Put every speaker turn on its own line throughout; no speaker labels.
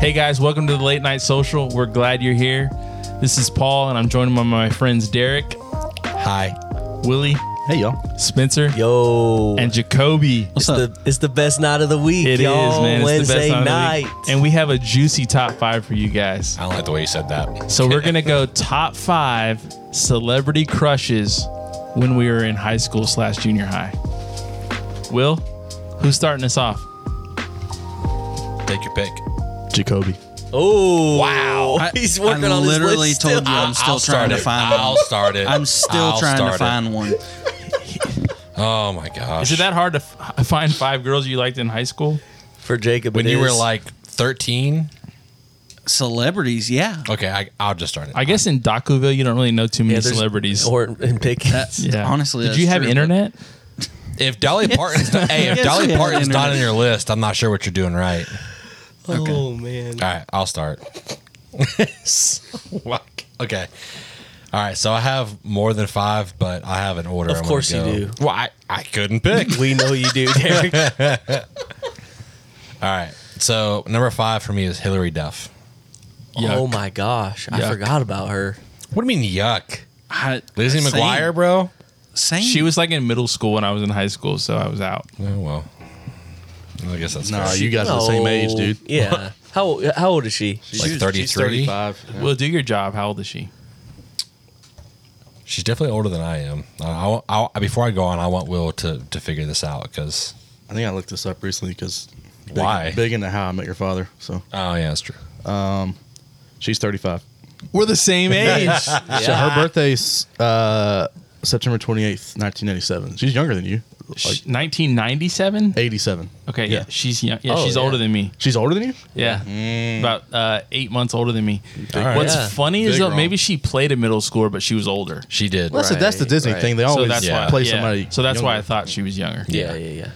Hey guys, welcome to the Late Night Social. We're glad you're here. This is Paul, and I'm joined by my friends Derek,
Hi.
Willie,
Hey y'all.
Spencer,
Yo.
and Jacoby.
it's the it's the best night of the week.
It is,
y'all.
man. It's
Wednesday
the best night.
night.
of the week. And we have a juicy top five for you guys.
I don't like the way you said that.
So we're gonna go top five celebrity crushes when we were in high school slash junior high. Will, who's starting us off?
take your pick.
Jacoby.
oh
Wow.
He's working
I
on his
literally
list
told
still.
you I'm still trying to find
I'll
one.
start it.
I'm still
I'll
trying to
start it.
find one.
Oh my gosh!
Is it that hard to f- find five girls you liked in high school?
for Jacob.
when
it
you were
is.
like 13?
Celebrities, yeah.
Okay, I, I'll just start it.
I guess in Dakuville you don't really know too many
Yeah, there's-
celebrities.
or in Pickens.
That's honestly.
did
that's
you have
true, but
internet?
if Dolly Parton's not, hey, if
Yes,
Dolly
we have
Parton's not
internet.
on your list, I'm not sure what you're doing right.
Oh man.
All right, I'll start. Like, okay. All right, so I have more than five, but I have an order.
Of
I'm gonna
course you
go.
do.
Well, I, I couldn't pick.
We know you do, Derek.
All right, so number five for me is Hillary Duff.
oh
Yuck.
my gosh.
Yuck.
I forgot about her.
What do you mean, yuck?
I-
Lizzie
same-
McGuire, bro?
Same.
She was like in middle school when I was in high school, so I was out.
Oh, well. I guess that's
Nah,
fair.
you guys are the same
No.
age, dude.
Oh, Yeah. how how old is she?
like
She's-
33.
She's 35. Yeah.
Will, do your job. How old is she?
She's definitely older than I am. I, I, I, before I go on, I want Will to, to figure this out because,
I think I looked this up recently because
Why?
Big, big into How I Met Your Father. So
oh, yeah, that's true.
she's 35.
We're the same age.
So her birthday's uh, September 28th, 1987. She's younger than you, like
1997.
87.
Okay, yeah,
Yeah.
she's young. Yeah,
Oh,
she's
yeah.
older than me.
She's older than you.
Yeah, about uh, eight months older than me.
All right.
What's
Yeah.
funny is
Big
though,
wrong.
maybe she played a middle schooler, but she was older.
She did.
Well, that's,
All
the- that's the
Right,
Disney
right.
thing. They
So
always
that's why.
play
yeah.
somebody.
So that's why I
younger.
thought she was younger.
Yeah, yeah, yeah.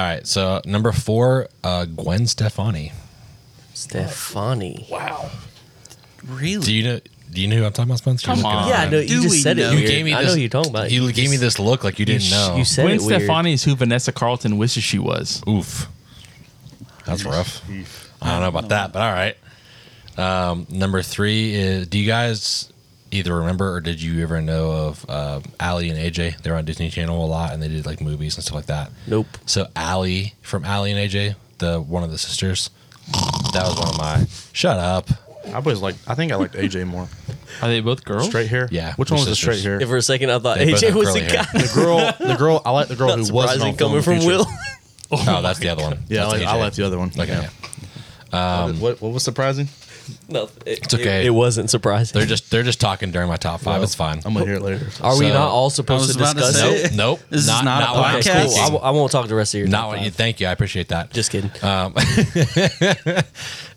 right, so number four, uh, Gwen Stefani.
Stefani.
really.
Do you know? Do you know who I'm talking about, Spencer? You're
Come
looking
on.
at-
Yeah, I know. You
Do
just
we
said it.
know?
You
weird.
gave me.
I
this,
know who you're talking about.
You gave me this look like you didn't
sh-
know.
You said
Gwen
it weird.
Stefani is who Vanessa Carlton wishes she was.
Oof, that's rough. I don't know about that, but all right. Um, number three is. Do you guys either remember or did you ever know of uh, Ali and AJ? They were on Disney Channel a lot, and they did like movies and stuff like that.
Nope.
So Ali from Ali and AJ, the one of the sisters. That was one of my. Shut up.
I was like, I think I liked AJ more.
Are they both girls?
Straight hair.
Yeah,
Which
we're
one was the
sisters.
straight hair?
Yeah, for a second, I thought
They both
AJ
have
was a
curly hair.
guy.
the girl. The girl. I like the girl
Not
who wasn't
surprising
on Full
coming
Moon
from
Future.
Will.
Oh, that's the other one.
Yeah, I,
That's
like, I
AJ.
liked the other one.
Okay.
Yeah. what, what was surprising?
no, it,
It's okay.
It, it wasn't surprising.
They're just they're just talking during my top five. it's fine.
I'm gonna hear it later.
Are we
So-
not all
I
supposed
was
to
about to
discuss it?
say.
Nope, nope.
This is not a
what I'm
podcast.
Cool.
speaking.
I, w- I won't talk the rest of your
Not
top
what
five.
you. Thank you. I appreciate that.
Just kidding.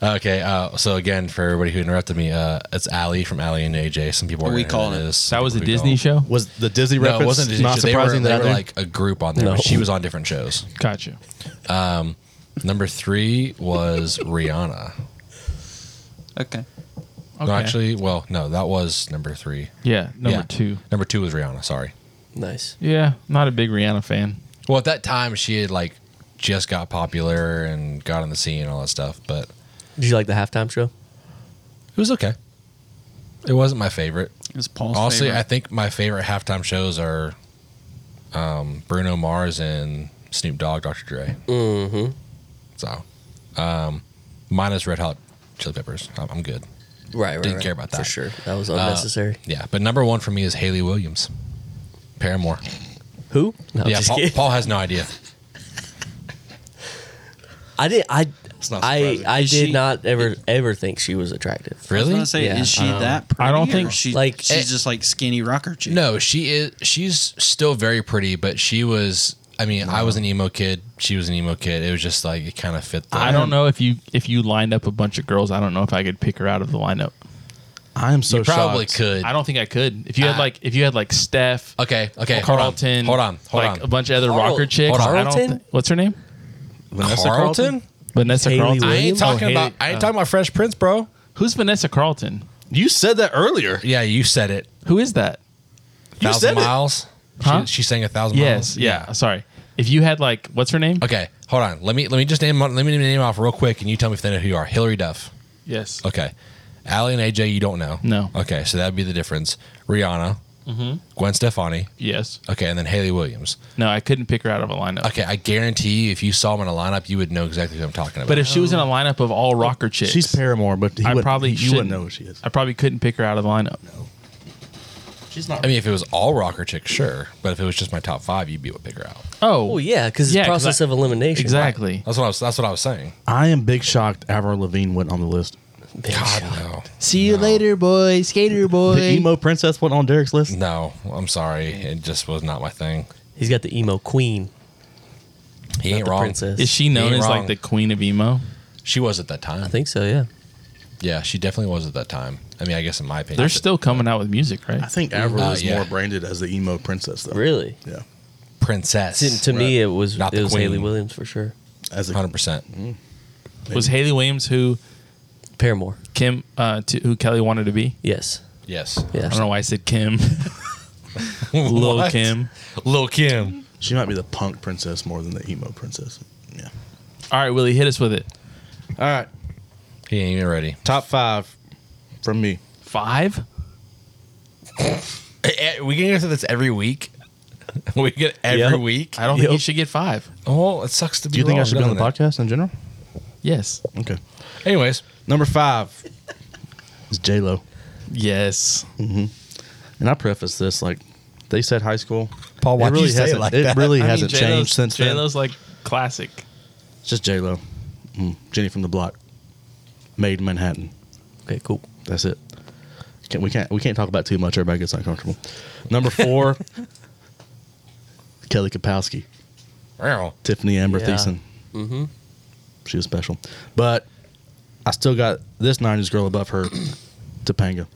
okay. Uh, so again, for everybody who interrupted me, uh, it's Ali from Ali and AJ. Some people are
We
gonna
call
know who
it.
is, some
That was a
people who
Disney
don't.
show.
Was the Disney
No,
reference
it wasn't a Disney.
not
show. They were-
surprising
they
that
were
I like
like a group on there.
No.
but She was on different shows.
Gotcha.
Number three was Rihanna.
Okay.
Okay.
No, actually, well, no, that was number three.
yeah, number
Yeah.
two.
Number two was Rihanna. Sorry.
Nice.
Yeah, not a big Rihanna fan.
Well, at that time, she had like just got popular and got on the scene and all that stuff, but
Did you like the halftime show?
it was okay. It wasn't my favorite.
It's Paul's
Honestly,
favorite.
I think my favorite halftime shows are um, Bruno Mars and Snoop Dogg, Dr. Dre.
Mm-hmm.
So, um, mine is Red Hot Chili Peppers. I'm, I'm good.
Right, right.
Didn't
right.
care about
For
that.
sure. That was unnecessary.
Yeah, but number one for me is Haley Williams, Paramore.
Who? No, I'm
yeah,
just
Paul,
kidding.
Paul has no idea.
I did. I.
not
I.
surprising.
I did
Is she-
not ever ever think she was attractive.
I was
Really?
gonna say,
Yeah.
is she that pretty?
I don't
or
think-
she
Like,
like she's just like skinny rocker chick.
No, she is. She's still very pretty, but she was. I mean, I was an emo kid. She was an emo kid. It was just like it kind of fit. The,
I don't know if you if you lined up a bunch of girls, I don't know if I could pick her out of the lineup.
I am so
You probably
shocked.
could.
I don't think I could. If you had
Ah.
like if you had like Steph,
Okay. Okay. hold on,
Carlton,
Hold on. Hold on.
like a bunch of other
Carl-
rocker chicks. I don't
Carlton?
thi- what's her name?
Vanessa
Carlton?
Vanessa
Hailey
Carlton.
I ain't
Williams?
talking
Oh,
about.
Haley-
I ain't
uh,
talking about Fresh Prince, bro.
Who's Vanessa Carlton?
You said that earlier.
Yeah, you said it.
Who is that?
You
thousand
said it.
miles.
Huh?
She, she sang a thousand
Yes.
miles.
Yeah. Sorry. If you had like what's her name?
Okay. Hold on. Let me let me just name let me name off real quick, and you tell me if they know who you are. Hillary Duff,
Yes.
Okay. Allie and AJ, you don't know.
No. Mm-hmm.
Okay, so that'd be the difference. Rihanna, Gwen Stefani.
Yes.
Okay, and then Haley Williams.
No, I couldn't pick her out of a lineup.
Okay, I guarantee you, if you saw them in a lineup, you would know exactly who I'm talking about.
But if she was in a lineup of all rocker chicks,
Oh. She's Paramore, but he
I
wouldn't-
probably
you wouldn't
shouldn't.
know who she is.
I probably couldn't pick her out of the lineup.
She's not.
I mean, if it was all rocker chicks, sure. But if it was just my top five, you'd be able to pick her out.
Oh,
Oh yeah, because it's
Yeah, 'cause
process
I-
of elimination.
exactly.
That's what I was. That's what I was saying.
I am big shocked Avril Lavigne went on the list.
Big
God
shot.
no,
See you later, boy, skater boy.
The emo princess went on Derek's list.
no. I'm sorry. It just was not my thing.
He's got the emo queen,
He
not
ain't
the
wrong.
princess.
Is she known
Ain't
as
wrong.
like the queen of emo?
She was at that time.
I think so. Yeah.
Yeah, she definitely was at that time. I mean, I guess in my opinion,
They're still coming out with music, right?
I think Avril
Uh,
is
yeah.
more branded as the emo princess, though.
Really?
Yeah.
princess.
To, to me, it was
Not
it
the
was
queen.
Haley Williams for sure.
As a,
hundred percent.
Was Haley Williams who
Paramore.
Kim uh, to, who Kelly wanted to be?
Yes.
Yes,
I
Yes.
don't know why I said Kim. Lil
What?
Kim.
Lil Kim.
she might be the punk princess more than the emo princess. Yeah.
All right, Willie, hit us with it.
All right.
He ain't even ready.
Top five from me.
Five?
Eh, We can answer this every week. We get every
Yep.
week.
I don't think
Yep.
you should get five.
Oh, it sucks to be.
Do you think I
wrong,
should be on the
doesn't
podcast in general?
Yes.
Okay.
it? Anyways,
Number five is J Lo,
Yes.
and I preface this like they said high school.
Paul, why'd
it
you
really
say it
hasn't,
like that?
really
I mean,
hasn't
J-Lo's-
changed since then.
J-Lo's like classic.
It's just J Lo, mm, Jenny from the Block, Made in Manhattan.
Okay. Cool.
That's it. Can't, we can't we can't talk about too much. Everybody gets uncomfortable. Number four, Kelly Kapowski,
Meow.
Tiffany Amber
Yeah.
Thiessen.
Mm-hmm.
She was special, but I still got this '90s girl above her, Topanga,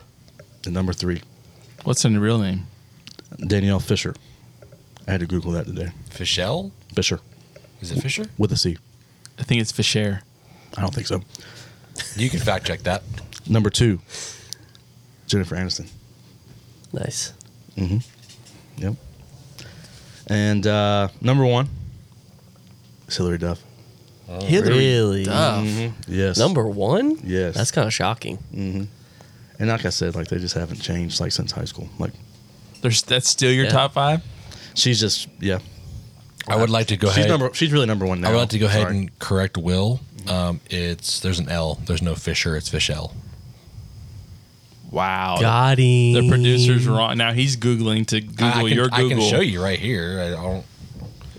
and number three,
What's her real name?
Danielle Fisher. I had to Google that today.
Fischel?
Fisher
Is it Fisher?
with a C.
I think it's Fisher.
I don't think so.
You can fact check that.
Number two, Jennifer Aniston.
Nice.
Mm-hmm. Yep. And uh, number one, is Hillary Duff.
really?
Duff.
Yes.
Number one?
Yes.
That's kind of shocking.
And like I said, like they just haven't changed like since high school. Like
There's that's still your
Yeah.
top five?
she's just yeah.
I would like to go
she's
ahead.
number. She's really number one now.
I would like to go ahead
Sorry.
and correct Will. Um, it's there's an L. There's no Fisher. It's Fischel.
Wow.
Got him.
Oh, The producer's wrong. Now he's Googling to Google
I can,
your
I
Google.
can show you right here. I don't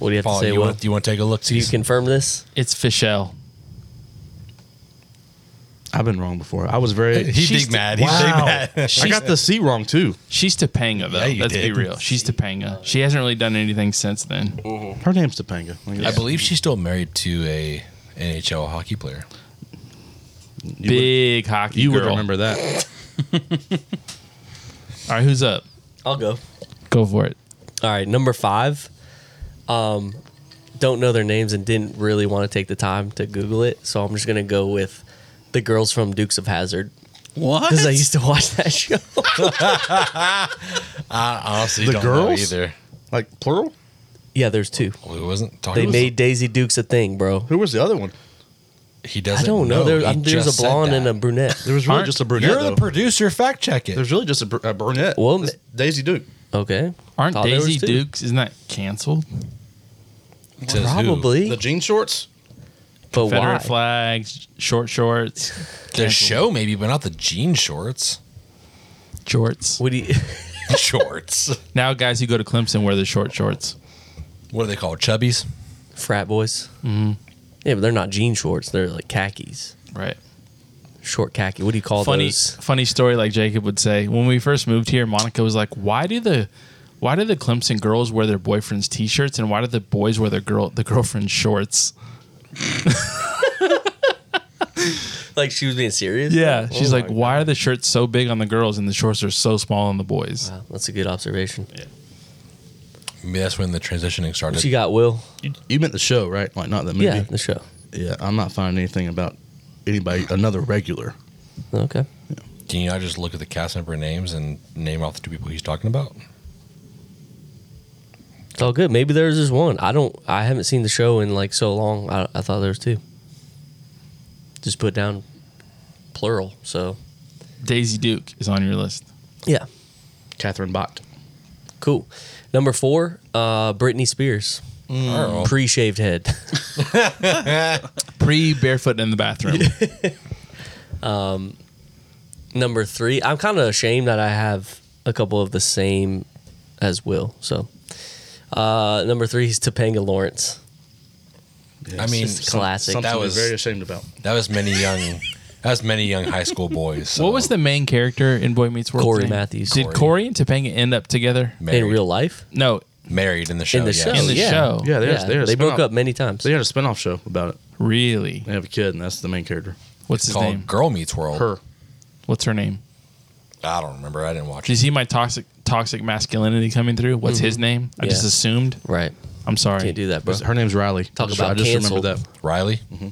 What do you have
follow.
to say?
you,
Will?
want, you want to take a look?
Do you confirm this?
It's Fischel.
I've been wrong before. I was very.
He's
She's
big mad. He's big
wow.
mad.
I got the C wrong too.
She's Topanga, though.
Yeah, you
Let's
did.
be real. She's Topanga. She hasn't really done anything since then.
Her name's Topanga. Like,
I believe she's still married to a NHL hockey player.
you would-
Big hockey
You would
girl.
remember that.
All right, who's up?
I'll go.
Go for it.
All right, number five. Um, don't know their names and didn't really want to take the time to Google it, so I'm just gonna go with the girls from Dukes of Hazard
What?
because I used to watch that show.
I honestly
The
don't know
girls?
either.
Like plural.
yeah, there's two.
Well, it wasn't talking.
They made Daisy Dukes a thing, bro.
Who was the other one?
He
I
doesn't.
don't know. There-
He
um, there's
just
a
said
blonde and
that.
a brunette.
There was really
Aren't-
just a brunette.
You're the
though.
producer. Fact check it.
There's really just a, br- a brunette.
Well,
It's Daisy Duke.
Okay,
Aren't
Thought there was
Daisy
two.
Dukes, isn't that canceled?
It says who.
Probably,
The jean shorts.
but why?
Confederate flags, short shorts,
the show, maybe, but not the jean shorts.
shorts.
What do you?
shorts.
Now, guys who go to Clemson wear the short shorts.
What are they called? Chubbies.
frat boys. Mm-hmm. Yeah, but they're not jean shorts. They're like khakis,
Right.
short khaki. What do you call
funny
those?
funny story like jacob would say when we first moved here monica was like why do the why do the clemson girls wear their boyfriend's t-shirts and why do the boys wear their girl the girlfriend's shorts
Like she was being serious.
yeah she's
Oh
like
my
why are the shirts so big on the girls and the shorts are so small on the boys
Wow, that's a good observation.
Maybe that's when the transitioning started.
What you got, Will?
You, you meant the show, right? Like not the movie.
Yeah, the show.
Yeah, I'm not finding anything about anybody another regular.
Okay.
Can you not just look at the cast member names and name off the two people he's talking about?
It's all good. Maybe there's just one. I don't. I haven't seen the show in like so long. I, I thought there was two. Just put down plural. So
Daisy Duke is on your list.
yeah,
Catherine Bach.
cool. Number four, uh, Britney Spears, Oh.
Earl.
pre-shaved head.
Pre barefoot in the bathroom.
Number three, I'm kind of ashamed that I have a couple of the same as Will. So uh, number three is Topanga Lawrence.
I mean,
just
some-
classic.
something
that
we're
was-
very ashamed about.
that was many young, that was many young high school boys. so
What was the main character in Boy Meets World?
Corey
name?
Matthews.
Did
Corey.
Corey and Topanga end up together?
married,
In real life,
No,
married in the show?
in the
yes.
show,
In the
Oh, yeah.
show.
Yeah, there's
Yeah,
there's
they broke
spin-off-
up many times.
They had a spinoff show about it.
really.
They have a kid, and that's the main character.
What's
It's
his
called
name?
Girl Meets World.
Her.
What's her name?
I don't remember. I didn't watch
Do you
it.
see my toxic toxic masculinity coming through? What's his name? I just
Mm-hmm. Yeah.
assumed.
Right.
I'm sorry.
Can't do that, bro.
Her name's Riley.
Talk
I just,
about
I just
canceled.
remember that.
Riley.
Mm-hmm.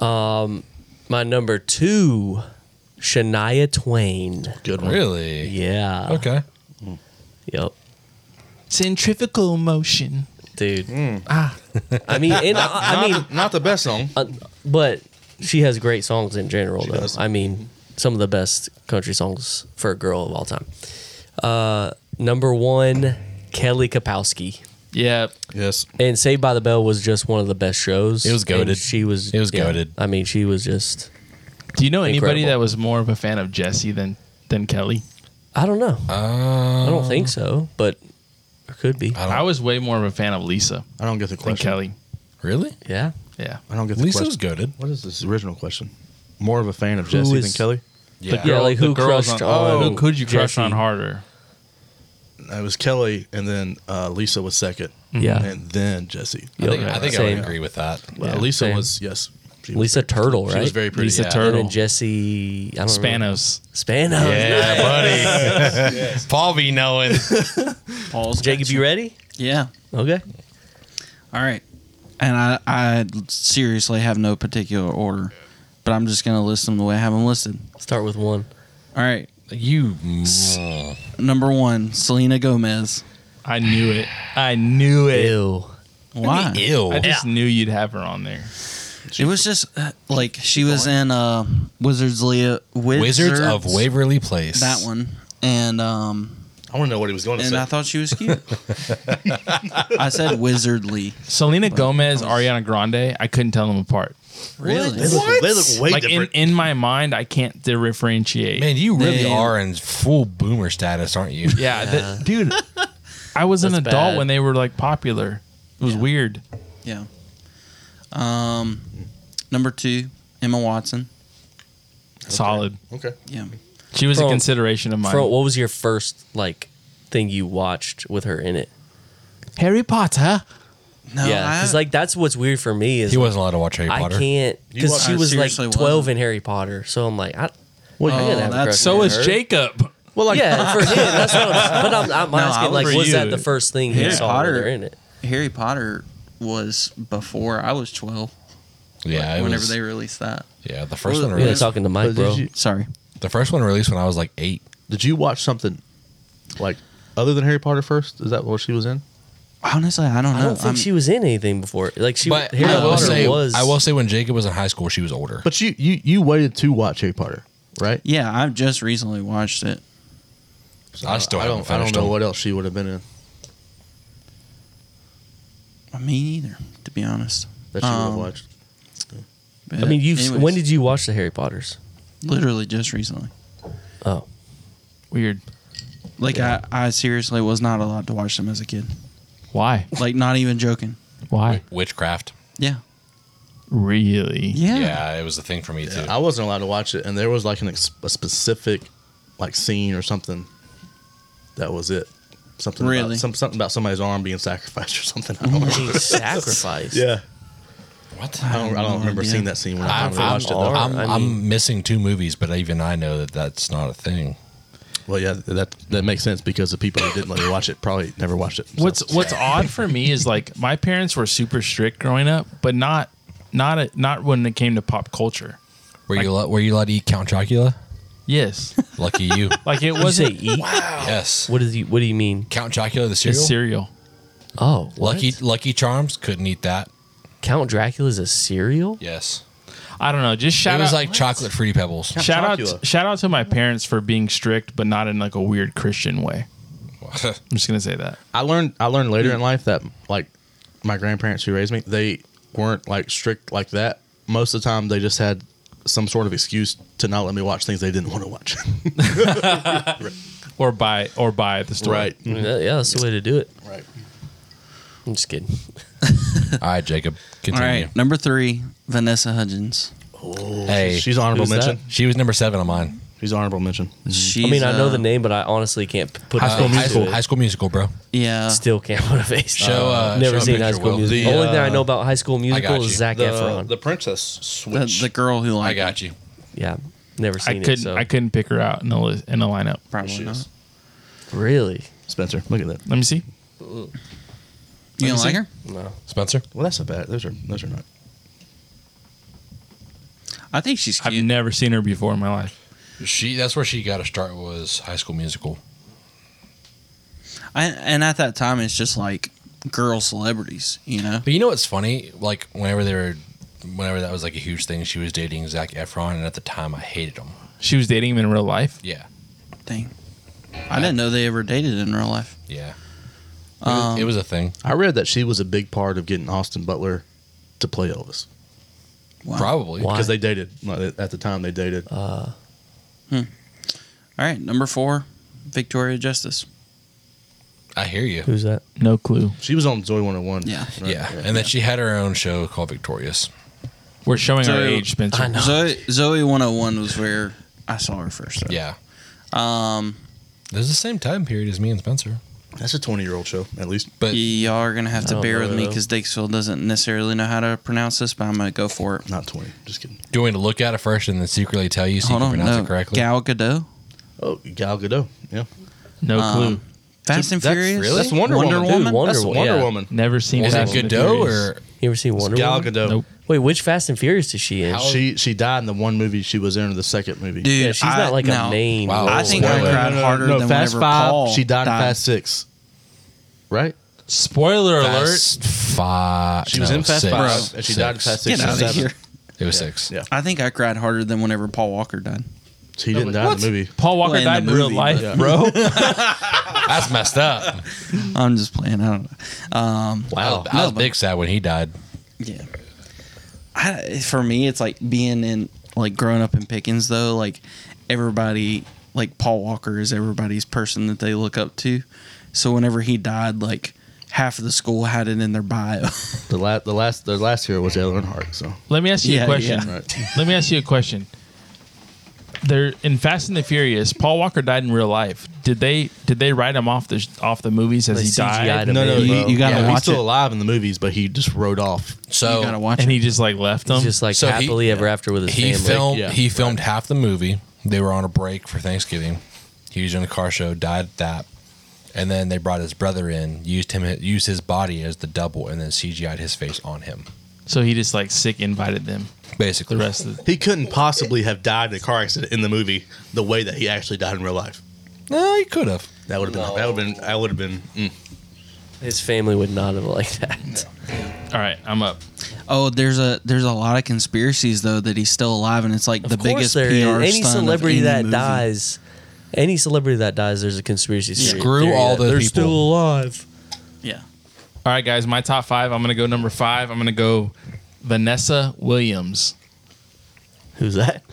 My number two, Shania Twain.
Good one.
Really?
Yeah.
Okay.
Yep.
Centrifugal motion.
Dude.
Ah.
I mean, and I, I mean,
Not the best song.
uh, but she has great songs in general, though.
does.
I mean, some of the best country songs for a girl of all time. Uh, number one, Kelly Kapowski.
Yeah.
Yes.
And Saved by the Bell was just one of the best shows.
It was
and
goated.
She was.
It was
yeah.
goated.
I mean, she was just.
Do you know anybody
Incredible.
that was more of a fan of Jesse than than Kelly?
I don't know.
Uh,
I don't think so, but there could be.
I don't-
I was way more of a fan of Lisa
I don't get the
than
question.
Kelly.
really.
Yeah.
Yeah.
I don't get the
Lisa was
question.
goaded.
What is this original question? More of a fan of Jesse than
is-
Kelly?
Yeah.
girl- like,
the
who
girls
crushed
on- Oh,
on
who could you crush
Jesse?
on harder?
It was Kelly, and then uh, Lisa was second.
Yeah.
And then Jesse.
I think,
Mm. Yep.
I, think I
Same.
would agree with that.
Well,
Yeah,
Lisa
same.
was, yes. She was
Lisa
very-
Turtle, right?
She was very pretty.
Lisa
yeah.
and
Turtle.
then Jesse. I don't remember.
Spanos.
Spanos.
Yeah, buddy. Paul be knowing.
Paul's
Jacob, you ready?
Yeah.
Okay.
All right. And I, I seriously have no particular order, but I'm just going to list them the way I have them listed.
Start with one.
All right.
you.
Number one, Selena Gomez.
I knew it. I knew it.
Ew.
Why?
Ew.
I just knew you'd have her on there.
It was just uh, like she was in uh, Wizards, Leo,
Wizards of Waverly Place.
That one. And um,
I want to know what he was going to
and
say.
I thought she was cute. I said wizardly.
Selena Gomez, Ariana Grande, I couldn't tell them apart.
Really?
they, look, they look way
like in,
different.
in my mind, I can't differentiate.
Man, you really
Man.
are in full boomer status, aren't you?
yeah, that- dude, I was an
That's
adult
bad.
when they were like popular. It was weird.
Yeah. Um, number two, Emma Watson.
Solid.
okay.
Yeah.
She was a
From-
consideration of mine.
Fro- what was your first like thing you watched with her in it?
Harry Potter.
Oh,
No,
yeah,
I,
because like that's what's weird for me is
He wasn't allowed to watch Harry
I
Potter.
can't because
watched-
she
I
was like
seriously
twelve
wasn't.
in Harry Potter, so I'm like, I,
Well,
I
yeah,
didn't have a
that's-
crush
So
on
is
her.
Jacob.
Well, like, yeah, for him, that's what I'm, but I'm, I'm
I
asking
was-
like,
For
was
you.
that the first thing you
Harry
saw
Potter-
with her in it?
Harry Potter was before I was 12.
yeah, it
whenever
was-
they released that.
Yeah, the first one
Well, yeah,
Yeah,
released.
talking to Mike,
But did
bro.
you-
Sorry.
The first one released when I was like eight.
Did you watch something like other than Harry Potter first? Is that what she was in?
Honestly, I don't know.
I don't think
I'm-
she was in anything before. Like she,
But
Harry
I will
Potter
say,
was.
I will say, when Jacob was in high school, she was older.
But you you you waited to watch Harry Potter, right?
Yeah, I've just recently watched it.
So
I still haven't
don't I don't
finished
know
them.
what else she would have been in
Me either, to be honest.
that she would
Um,
have watched.
I mean, you. have
Anyways,
When did you watch the Harry Potter's?
literally just recently?
Oh,
Weird.
Like I, I seriously was not allowed to watch them as a kid.
Why?
Like not even joking.
Why?
Witchcraft.
Yeah.
Really?
Yeah.
it was a thing for me too.
I wasn't allowed to watch it, and there was like an ex- a specific like scene or something that was it. Something
Really?
about, some, something about somebody's arm being sacrificed or something. I don't remember.
Being sacrificed.
Yeah,
What?
I don't, I
no
Oh,
don't remember
idea.
seeing that scene when I
I'm,
finally
I'm,
watched it.
all-
Though.
I'm,
I
I'm missing two movies, but even I know that that's not a thing.
Well, yeah, that that makes sense because the people who didn't let me watch it probably never watched it. So.
What's What's odd for me is like my parents were super strict growing up, but not not a, not when it came to pop culture.
Were you allo- were you allowed to eat Count Chocula?
Yes.
Lucky you.
Like it
You say
wasn't
eat?
yes.
What does you? What do you mean?
Count Chocula the
a
cereal.
cereal.
Oh, what?
Lucky Lucky Charms couldn't eat that.
Count Dracula's a cereal.
Yes.
I don't know. Just shout
it was
out
like chocolate fruity pebbles.
shout out
Chocula.
shout out to my parents for being strict, but not in like a weird Christian way. I'm just gonna say that.
I learned I learned later in life that like my grandparents who raised me, they weren't like strict like that. Most of the time, they just had some sort of excuse to not let me watch things they didn't want to watch.
Or buy or buy at the store.
I mean, that- yeah, that's the way to do it.
right.
I'm just kidding.
All right, Jacob,
All
continue.
right, number three, Vanessa Hudgens.
Hey,
She's honorable
Who's that?
mention.
she was number seven on mine.
She's honorable mention.
She's,
I mean, I know
uh,
the name, but I honestly can't p- put
Uh,
a
High school
face to
musical.
it.
High school musical, bro.
Yeah,
Still can't put a face. to it.
Show, uh, show
Never
a
seen
picture,
High School
Will.
Musical.
The,
only thing I
uh,
know about High School Musical
you.
is Zac Efron.
princess
the,
switch.
the girl who like
I got you.
yeah, never
I
seen
couldn't
it. So.
I couldn't pick her out in a li- in a lineup.
probably not.
really?
Spencer, look at that.
Let me see.
You don't like her?
No.
Spencer.
Well, that's not bad. Those are those are not.
I think she's
I've
cute.
never seen her before in my life.
She. That's where she got to start was High School Musical.
I, and at that time, it's just like girl celebrities, you know.
But you know what's funny? Like whenever they were, whenever that was like a huge thing, she was dating Zach Efron, and at the time I hated him.
She was dating him in real life.
Yeah,
Dang, I didn't know they ever dated in real life.
yeah. It was, it was a thing,
I read that she was a big part of getting Austin Butler to play Elvis Um,
Wow.
probably.
Why?
because they dated like, at the time. They dated.
Uh,
All right, number four, Victoria Justice.
I hear you.
Who's that?
No clue.
She was on Zoe 101.
Yeah.
right?
Yeah, and then she had her own show called Victorious.
We're showing our
So-
age, Spencer.
I know.
Zoe Zoe 101 was where I saw her first. though.
Yeah,
Um,
there's the same time period as me and Spencer,
That's a 20 year old show, at least.
but
y'all are gonna have
I
to
don't
bear
know,
with me
though.
because Dixville doesn't necessarily know how to pronounce this, but I'm gonna go for it.
Not 20. Just kidding.
do you want me to look at it first and then secretly tell you so
Hold
you
on,
can pronounce
no,
it correctly?
Gal Gadot,
Oh, Gal Gadot. Yeah.
No
Um,
clue.
Fast and
That's-
Furious.
That's Wonder, Woman.
Dude, Wonder
That's
Wo-
Wonder
yeah.
Woman.
Never seen.
Is it
Fast and the
Godot
Furious.
or
You ever seen Wonder
Gal
Woman?
Gadot.
Nope.
Wait, which Fast and Furious is she in?
She she died in the one movie she was in or the second movie.
Dude,
yeah, she's
I-
not like
no.
a main.
Wow.
I think I
Spoiler.
cried harder than
Fast
whenever
Five.
Paul
she died, in
died.
Fast Six. Right?
Spoiler alert.
Fast Five?
She was
no,
in Fast
six.
Five. And she died in
Six.
Fast Six.
Get
and
out of
seven.
here.
It was six.
Yeah.
I think I cried harder than whenever Paul Walker died.
He didn't die in the movie.
Paul Walker
Well, in
died in
the
real
movie,
life,
but-
bro.
That's messed up.
I'm just playing. I don't know. Um,
Wow, I
No,
was
but-
big sad when he died.
Yeah. I, for me, it's like being in, like, growing up in Pickens, though, like, everybody, like, Paul Walker is everybody's person that they look up to. So whenever he died, like, half of the school had it in their bio.
The last the last the last hero was Dale Earnhardt. So
Let me ask you
Yeah,
a question.
yeah.
right.
Let me ask you a question. There in Fast and the Furious, Paul Walker died in real life. Did they did they write him off the off the movies as
They
he
CGI'd
died,
him.
No, no,
Man,
you,
bro.
you gotta
Yeah.
watch
He's
He's still
still
alive in the movies, but he just rode off.
So
Oh,
you gotta watch
and
it.
he just like left him?
He's just like
So he-
happily ever after with his
he
family.
filmed
yeah,
he filmed half the movie. They were on a break for Thanksgiving. He was in a car show, died at that, and then they brought his brother in, used him, used his body as the double, and then CGI'd his face on him.
so he just like sick invited them.
Basically,
The rest of
He couldn't possibly have died in a car accident in the movie the way that he actually died in real life.
no, he could have.
That would have been that would have been I would have been mm.
His family would not have liked that.
all right, I'm up.
oh, there's a there's a lot of conspiracies though that he's still alive, and it's like the
Of course
biggest PR
there is. Any
stunt of
celebrity
any
that
movie.
dies, any celebrity that dies, there's a conspiracy theory.
Screw
theory
all
that
those
They're
people.
still alive.
Yeah.
All right, guys, my top five. I'm gonna go number five. I'm gonna go Vanessa Williams.
Who's that?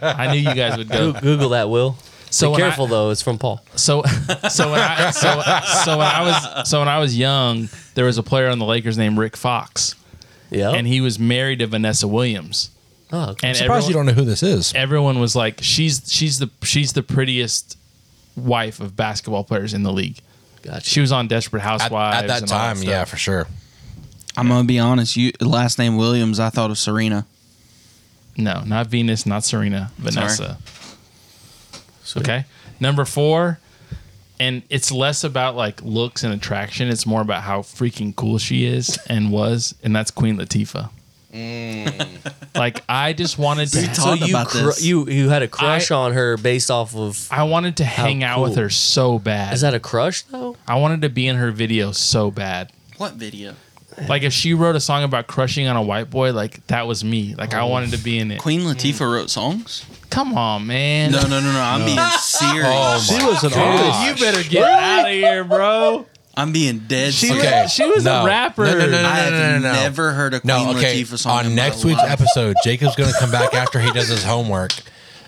I knew you guys would go.
Google that, Will.
So
Be
when I-
careful though. It's from Paul.
So so when I so so when I was so when I was young, there was a player on the Lakers named Rick Fox,
Yeah.
Oh.
and he was married to Vanessa Williams.
oh, okay.
And
I'm surprised you
everyone,
don't know who this is.
everyone was like, "She's she's the she's the prettiest wife of basketball players in the league."
Gotcha.
She was on Desperate
At,
Housewives
at that
and all
time,
stuff.
yeah, for sure.
I'm gonna be honest. You last name Williams, I thought of Serena.
No, not Venus, not Serena, Vanessa.
Sweet.
Okay. Number four, and it's less about like looks and attraction. It's more about how freaking cool she is and was, and that's Queen Latifah. like I just wanted to,
Talk
so you,
about
cru-
this.
you you had a crush
I-
on her based off of.
I wanted to hang out with
cool.
her so bad.
Is that a crush though?
I wanted to be in her video so bad.
What video?
Like if she wrote a song about crushing on a white boy, like that was me. Like I wanted to be in it.
Oh. Queen Latifah wrote songs?
Come on, man.
No, no, no, no. I'm being serious.
Oh
She was an
Dude, you better get out of here, bro.
I'm being dead serious.
Okay. she was a rapper.
No, no, no, no,
I have
no, no, no, no.
never heard a Queen
No, okay.
Latifah song.
On
in my
next week's
life.
episode, Jacob's going to come back after he does his homework,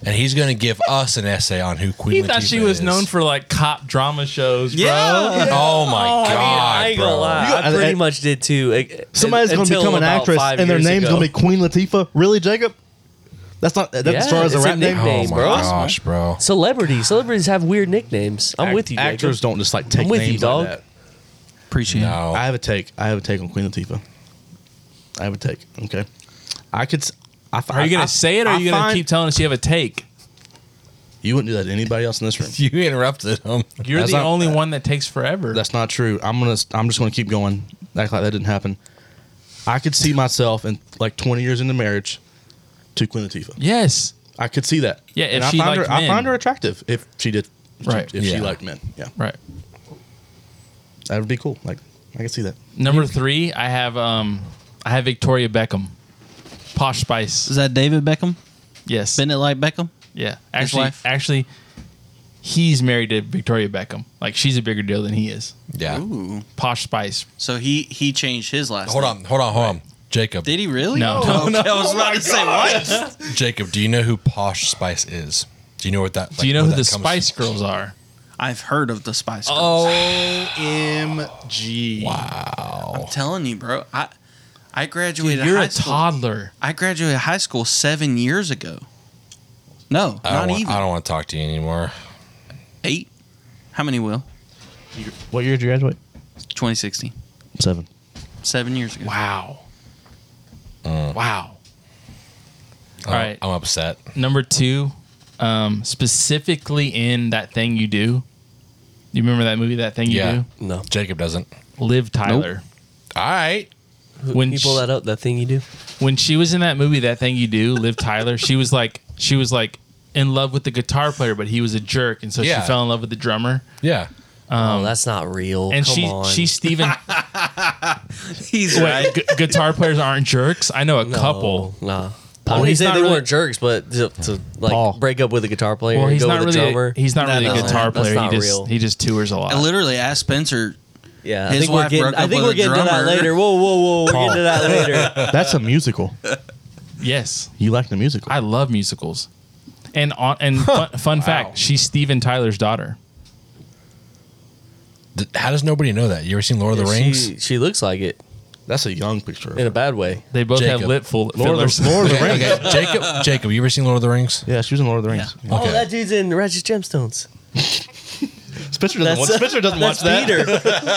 and he's going to give us an essay on who Queen.
He thought
Latifah
she was
is.
known for like cop drama shows, bro.
Yeah.
Oh my
I mean,
god,
I ain't
bro!
gonna lie.
You-
I pretty
and-
much did too. like,
Somebody's going to
until
become an
about
actress,
five
and their
years
name's
ago.
going to be Queen Latifah. Really, Jacob? That's not that's
Yeah,
as far as a
it's a
rap name.
nickname.
Oh my
Names, bro.
gosh, bro!
celebrities. Celebrities have weird nicknames. I'm with you. Jacob.
Oh, Actors don't just like take
I'm with you,
names
dog.
like that.
Appreciate it.
No,
I have a take. I have a take on Queen Latifah. I have a take. Okay, I could. s- I, fi-
Are you gonna
I-
say it or
I
are you gonna
find-
keep telling us you have a take?
You wouldn't do that to anybody else in this room.
you interrupted him.
You're
That's
the
not-
only one that takes forever.
That's not true. I'm gonna. I'm just gonna keep going. Act like that didn't happen. I could see myself in like 20 years into marriage to Queen Latifah.
yes.
I could see that.
Yeah, if
and I
she
find
liked
her, I
men.
find her attractive if she did. if she-
Right.
If
Yeah.
she liked men, yeah,
Right.
that would be cool. Like I could see that.
Number three, I have um I have Victoria Beckham. Posh Spice.
Is that David Beckham?
Yes.
Bend it like Beckham?
Yeah. Actually
wife?
actually he's married to Victoria Beckham. Like she's a bigger deal than he is.
Yeah.
Ooh.
Posh Spice.
So he he changed his last
Hold
name.
on, hold on, hold on, Jacob.
Did he really?
No.
Oh, okay. I was about to say what?
Jacob, do you know who Posh Spice is? Do you know what that?
Do you know
where
who
that
the
comes
Spice
from?
Girls are?
I've heard of the Spice Girls.
OMG.
I'm telling you, bro. I I graduated.
Dude, you're
high
a
school-
toddler.
I graduated high school seven years ago. No,
Oh, I don't,
not
want,
even
I don't want to talk to you anymore.
eight. How many will?
What year did you graduate?
2016.
Seven.
Seven years ago.
Wow. Wow.
All
right.
I'm upset.
Number two, um, specifically in that thing you do. You remember that movie, that thing you
Yeah.
No.
Jacob doesn't.
do? Liv Tyler.
All right.
When
You pull
she-
that up, that thing you do.
when she was in that movie, that thing you do, Liv Tyler, she was like she was like in love with the guitar player, but he was a jerk, and so
Yeah.
she fell in love with the drummer.
Yeah.
oh, that's not real.
Um, And
Come
she
on.
she's Steven.
He's
wait, gu- guitar players aren't jerks. I know a
No,
couple.
Nah.
Well,
I mean,
he's
say
not
they
really-
weren't jerks, but to, to like
Paul.
break up with a guitar player
Well,
and
he's
go
not
with
really
a drummer.
a, he's not
That
really a
doesn't-
guitar
that's
player. He
not
just
real.
he just tours a
I
lot.
literally asked Spencer.
yeah, I
his
think we're
wife
getting,
broke
I
up
think
with
we're
a
getting to that
drummer.
later. Whoa, whoa, whoa. We're
Paul.
getting to that later.
That's a musical.
Yes,
You like the musical?
I love musicals. And on, and fun, fun fact, she's Steven Tyler's daughter.
Th- How does nobody know that? You ever seen Lord of the Rings?
She, she looks like it
That's a young picture. Of
in a
her.
bad way.
They both have
Jacob.
lip full
Lord of
fillers.
the, Lord of the
Okay,
Rings.
okay. Jacob, Jacob, you ever seen Lord of the Rings?
Yeah, she was in Lord of the Rings.
Yeah. Okay.
Oh, that dude's in Righteous Gemstones.
Spencer doesn't, watch, Spencer doesn't watch
That's
that.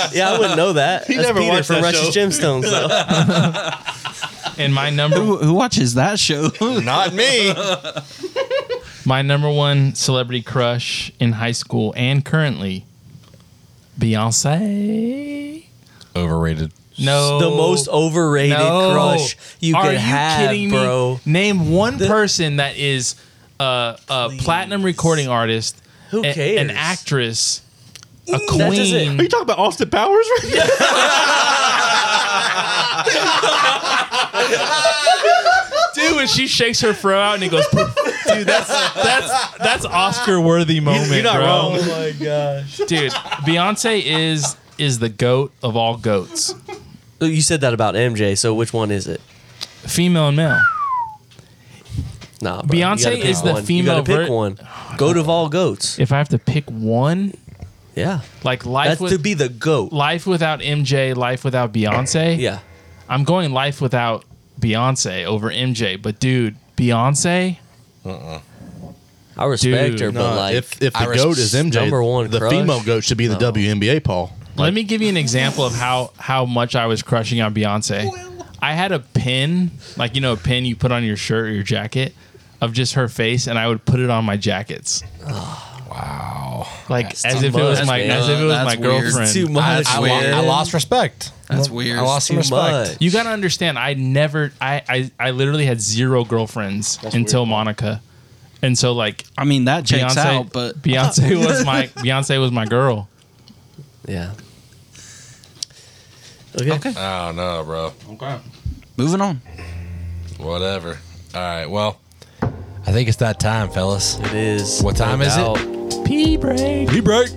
Peter. yeah, I wouldn't know that.
He
That's
never
Peter
watched
from
that
Righteous
show.
Gemstones. Though.
and my number
Who, who watches that show?
Not me.
my number one celebrity crush in high school and currently, Beyonce.
Overrated.
No,
The most overrated
No.
crush you
Are
could
you
have,
kidding me?
bro.
Name one person that is uh, a platinum recording artist,
Who
a-
cares?
an actress, a
That doesn't-
queen.
Are you talking about Austin Powers right now?
Dude, when she shakes her fro out and it goes, poof. dude, that's that's that's Oscar worthy moment.
You're not
bro.
wrong.
Oh my gosh.
dude. Beyonce is is the goat of all goats,
You said that about MJ, so which one is it?
female and male.
Nah, bro, you
Beyonce
gotta pick
is the
one.
female
You gotta pick
ver-
one. Goat of all goats.
If I have to pick one,
Yeah,
like life
that's to
with,
be the goat.
life without MJ, life without Beyonce.
Yeah,
I'm going life without Beyonce over MJ. But dude, Beyonce,
I respect
Dude,
her, but like,
if, if the
Irish
goat is MJ,
number one
the
crush?
female goat should be the WNBA Paul.
let me give you an example of how how much I was crushing on Beyonce. I had a pin, like you know, a pin you put on your shirt or your jacket of just her face, and I would put it on my jackets.
Wow.
Like
That's
as
too
if it was
much,
my
man.
as if it was
That's
my
weird.
girlfriend.
too
I,
much.
I, lo-
man.
I lost respect.
That's weird.
I lost some
Too
respect.
much.
You gotta understand, I never, I, I, I literally had zero girlfriends until Monica, and so like
I mean, that checks
Beyonce,
out, but
Beyonce was my Beyonce was my girl.
Yeah. Okay.
Oh no, bro.
Okay.
Moving on.
Whatever. All right. Well, I think it's that time, fellas.
It is.
What time is it?
it? Pee break.
Pee break.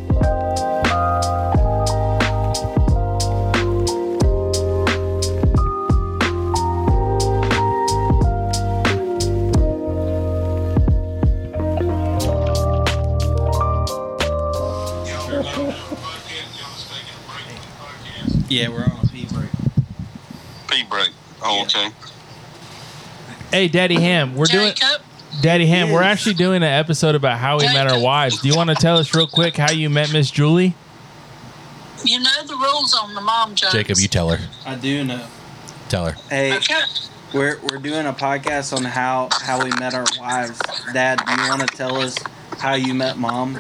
Yeah, we're on a pee break.
Pee break. Oh, okay.
Hey, Daddy Ham, we're doing
Jacob,
Daddy Ham. We're actually doing an episode about how we met our wives. Do you want to tell us real quick how you met Miss Julie?
you know the rules on the mom jokes.
Jacob, you tell her.
I do know.
Tell her.
Hey,
Okay.
we're we're doing a podcast on how how we met our wives. Dad, do you want to tell us how you met mom?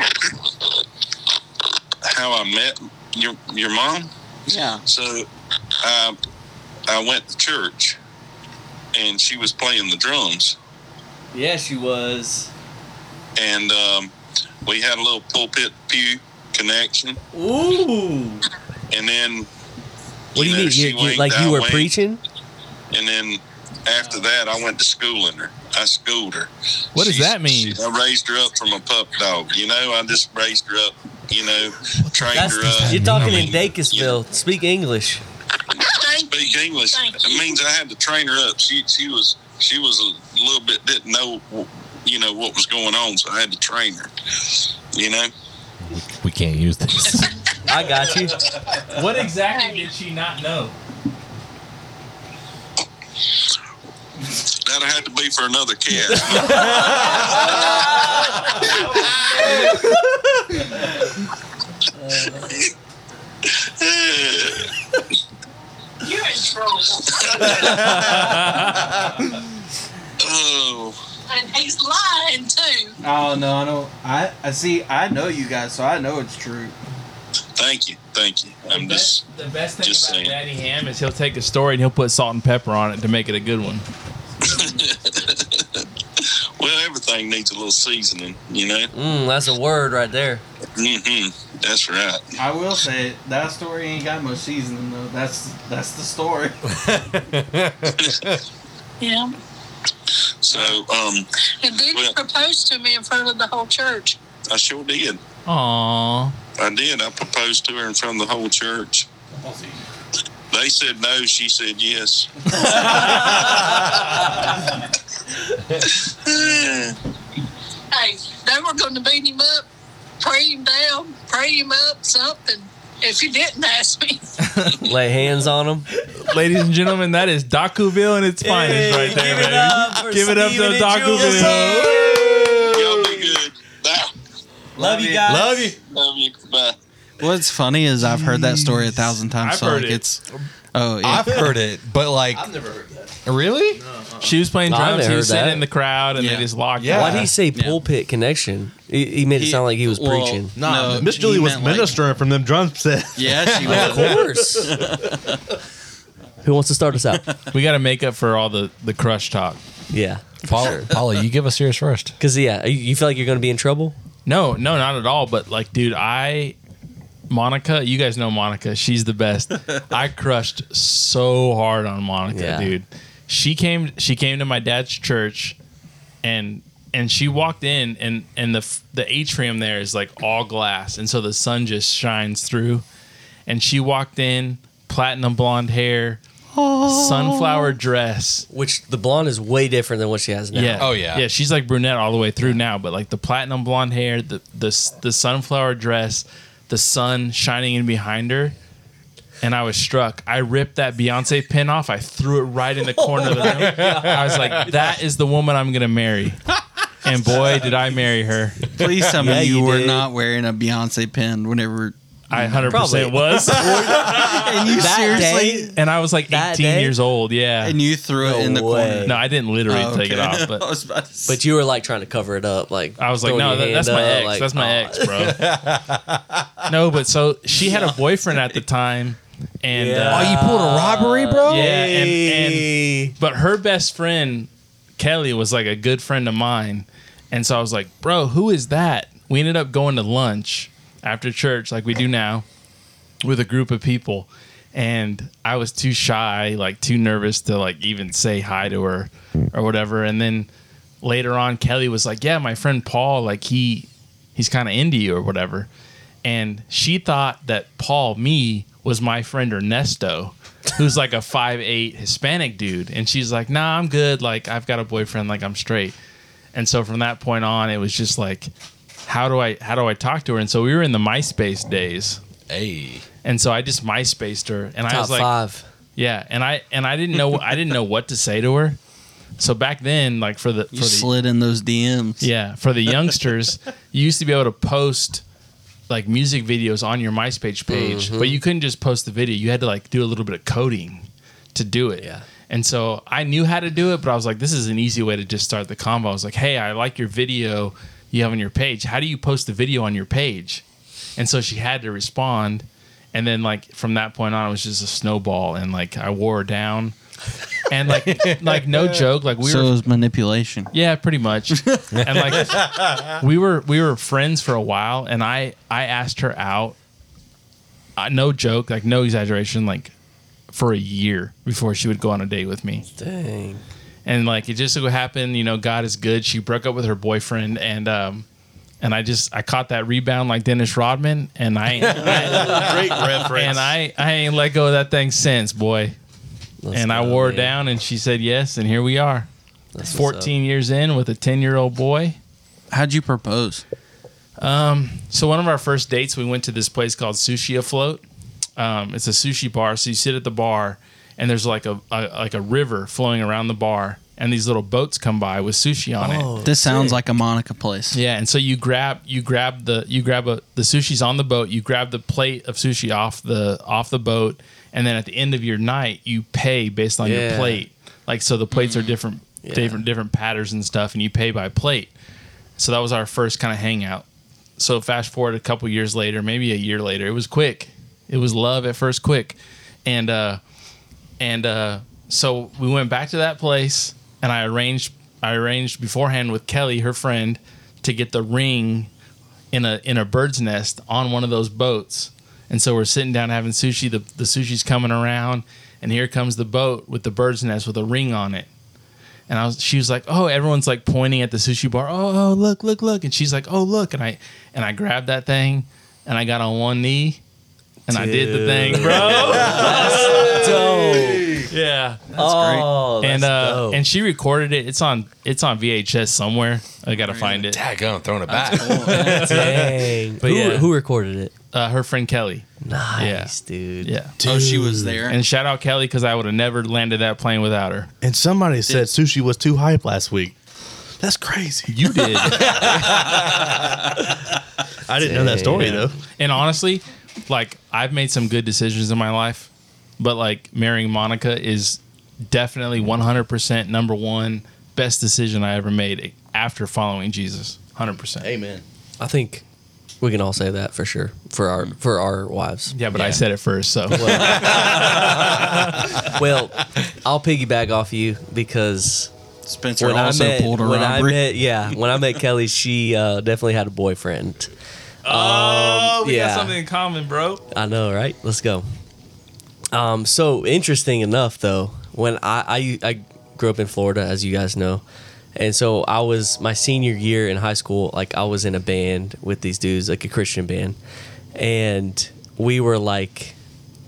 How I met your your mom.
Yeah.
So, I I went to church, and she was playing the drums,
Yeah, she was.
and um, we had a little pulpit pew connection,
Ooh.
and then.
What do you
know,
mean?
she
You, you,
winked,
like
I
you were
winked,
preaching?
And then after that, I went to schooling her. I schooled her.
What does
She's-
that mean?
she- I raised her up from a pup dog. You know, I just raised her up. You know, trained
That's,
her up.
you're talking
I
in
mean,
Dacusville. Speak English.
speak English. It means I had to train her up. She she was she was a little bit didn't know you know what was going on, so I had to train her. You know,
We can't use this.
I got you.
What exactly did she not know?
that'll have to be for another cat. You're in trouble. oh,
And he's lying too.
Oh no, I don't. I I see. I know you guys, so I know it's true.
thank you, thank you. I'm
the,
just
best, the best thing about
just saying.
Daddy Ham is he'll take a story and he'll put salt and pepper on it to make it a good one.
well, everything needs a little seasoning, you know.
Mm, that's a word right there.
Mm-hmm. That's right.
I will say that story ain't got much seasoning though. That's that's the story.
Yeah.
So, um,
And then
Well-
he proposed to me in front of the whole church.
I sure did.
Aww.
I did. I proposed to her in front of the whole church. They said no. She said yes.
Hey, they were going to beat him up, pray him down, pray him up, something. If you didn't ask me,
Lay hands on him.
Ladies and gentlemen, that is Dakuville and its finest right there, baby.
for
Give it up
Steven
to
and
Dr.
Julie.
Bill.
Y'all be good. Bye.
Love you guys.
Love you.
Love you. Bye.
What's funny is I've heard that story a thousand times.
I've
so
heard
like
it.
it's oh yeah.
I've heard it, but like,
never heard that.
really?
She was playing
I haven't
drums. He was
heard
sitting
that.
in the crowd and
Yeah.
they just locked
Yeah.
her.
Why'd he say
Yeah.
pulpit connection? He, he made it sound like he was
well,
preaching.
Nah,
No,
Miss
he
Julie was
meant, like-
ministering from them drum sets.
yeah, she
Of
was.
course. Who wants to start us out?
We got to make up for all the, the crush talk.
Yeah.
Paula, Paula, you give us yours first.
Because, yeah, you- you feel like you're going to be in trouble?
No, no, not at all. But like, dude, I Monica, you guys know Monica. She's the best. I crushed so hard on Monica,
Yeah.
dude. She came she came to my dad's church and and she walked in and and the f- the atrium there is like all glass and so the sun just shines through and she walked in platinum blonde hair sunflower dress
Which the blonde is way different than what she has now.
yeah.
Oh, yeah.
Yeah, she's like brunette all the way through now, but like the platinum blonde hair, the the s- the sunflower dress, the sun shining in behind her. And I was struck. I ripped that Beyonce pin off. I threw it right in the corner of the room.
Oh,
I was like, "That is the woman I'm gonna marry." And boy, did I marry her!
Please tell me
Yeah,
you,
you
were
did.
not wearing a Beyonce pin whenever.
I 100 percent
Mm, Probably.
was.
And you
That
seriously
day,
And I was like
That
18
day?
years old. Yeah.
and you threw it
No
in the
way.
no, I didn't literally
Oh,
corner.
take it off, but
I was about to say-
But you were like trying to cover it up. Like
I was like,
throwing
no,
your
that,
hand
that's my
up,
ex.
like,
that's my
"Aw."
ex, bro. no, but so she had a boyfriend at the time, and
Yeah.
uh,
Oh, you pulled a robbery, bro?
yeah, and, and but her best friend Kelly was like a good friend of mine, and so I was like, "Bro, who is that?" We ended up going to lunch after church, like we do now, with a group of people, and I was too shy, like too nervous to like even say hi to her or whatever. And then later on, Kelly was like, "Yeah, my friend Paul, like he he's kind of into you or whatever," and she thought that Paul me was my friend Ernesto. who's like a five eight Hispanic dude, and she's like, "Nah, I'm good. Like, I've got a boyfriend. Like, I'm straight." And so from that point on, it was just like, how do I how do I talk to her? And so we were in the MySpace days,
Hey,
and so I just MySpaced her, and I
Top
was like,
five.
yeah, and I and I didn't know I didn't know what to say to her. So back then, like for the for
You
the
slid in those DMs.
yeah for the youngsters, you used to be able to post like music videos on your MySpace page,
Mm-hmm.
but you couldn't just post the video. You had to like do a little bit of coding to do it.
Yeah.
And so I knew how to do it, but I was like, this is an easy way to just start the convo. I was like, hey, I like your video you have on your page. How do you post the video on your page? And so she had to respond. And then like from that point on, it was just a snowball, and like I wore her down. And like, like no joke, like we
so it
were
was manipulation.
yeah, pretty much. and like we were we were friends for a while and I I asked her out I, no joke, like no exaggeration, like for a year before she would go on a date with me.
Dang.
And like it just so happened, you know, God is good. She broke up with her boyfriend and um and I just I caught that rebound like Dennis Rodman and I, ain't- I great reference. And I I ain't let go of that thing since, boy.
Let's
and I
go,
wore her
man.
down and she said yes and here we are.
That's what's up.
14 years in with a 10 year old boy. Um,
How'd you propose?
So, one of our first dates, we went to this place called Sushi Afloat. Um, it's a sushi bar. So, you sit at the bar, and there's like a, a like a river flowing around the bar, and these little boats come by with sushi on it.
Oh,
This sounds
sick.
like a Monica place.
Yeah, and so you grab you grab the you grab a the sushi's on the boat. You grab the plate of sushi off the off the boat, and then at the end of your night, you pay based on your
Yeah.
plate. Like so, the plates are different, different different patterns and stuff, and you pay by plate. So that was our first kind of hangout. So fast forward a couple years later, maybe a year later, it was quick. It was love at first, quick, and uh, and uh, so we went back to that place, and I arranged I arranged beforehand with Kelly, her friend, to get the ring in a in a bird's nest on one of those boats. And so we're sitting down having sushi. The the sushi's coming around, and here comes the boat with the bird's nest with a ring on it. And I was, she was like, "Oh, everyone's like pointing at the sushi bar. Oh, oh, look, look, look!" And she's like, "Oh, look!" And I and I grabbed that thing, and I got on one knee, and I did the thing, bro. yeah.
oh,
and
that's
uh,
dope.
and she recorded it. It's on it's on VHS somewhere. I gotta find it.
tag on throwing it back.
Dang. who,
uh, yeah.
who recorded it?
Uh, her friend Kelly.
Nice, dude.
Yeah.
Oh, she was there.
And shout out Kelly because I would have never landed that plane without her.
And somebody said sushi was too hype last week. That's crazy.
You did.
I didn't know that story
Yeah.
though.
and honestly, like I've made some good decisions in my life, but like marrying Monica is definitely 100% number one best decision I ever made after following Jesus. 100%.
Amen.
I think we can all say that for sure for our for our wives.
Yeah, but I said it first, so
Well, I'll piggyback off you because
Spencer
when I
also
met
pulled a
when I
robbery.
met yeah when I met Kelly, she uh, definitely had a boyfriend. Um,
Oh, we
yeah.
got something in common, bro.
I know, right? Let's go. Um, so interesting enough, though, when I, I I grew up in Florida, as you guys know, and so I was my senior year in high school. Like I was in a band with these dudes, like a Christian band, and we were like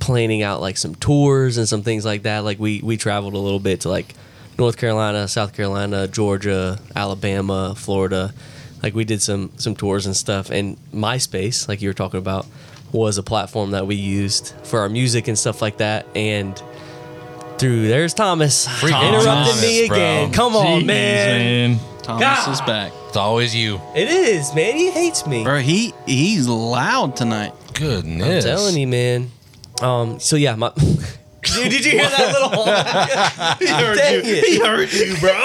planning out like some tours and some things like that. Like we we traveled a little bit to like North Carolina, South Carolina, Georgia, Alabama, Florida. Like we did some some tours and stuff. And MySpace, like you were talking about, was a platform that we used for our music and stuff like that. And through there's Thomas interrupted me
Thomas, bro.
again. Come on,
Jeez,
man.
Thomas is back.
It's always you.
It is, man. He hates me.
Bro, he he's loud tonight.
I'm
Goodness.
telling you, man. Um. So yeah, my. Dude, did you hear that little? Dang it.
heard you, bro.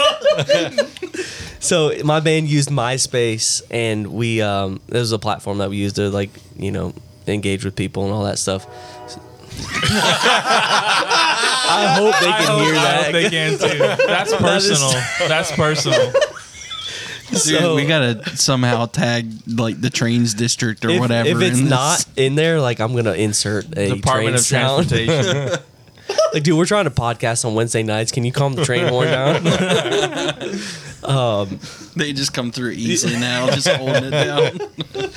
so my band used MySpace, and we um, there was a platform that we used to like you know engage with people and all that stuff. I hope they can hear
I hope
that.
they can too. That's
That is-
personal. That's personal.
Dude,
So-
we gotta somehow tag like the trains district or
if,
whatever.
If it's
in this.
not in there, like I'm gonna insert a train
Department of
sound.
Transportation.
Like, dude, we're trying to podcast on Wednesday nights. Can you calm the train horn down?
they just come through easily now, just holding it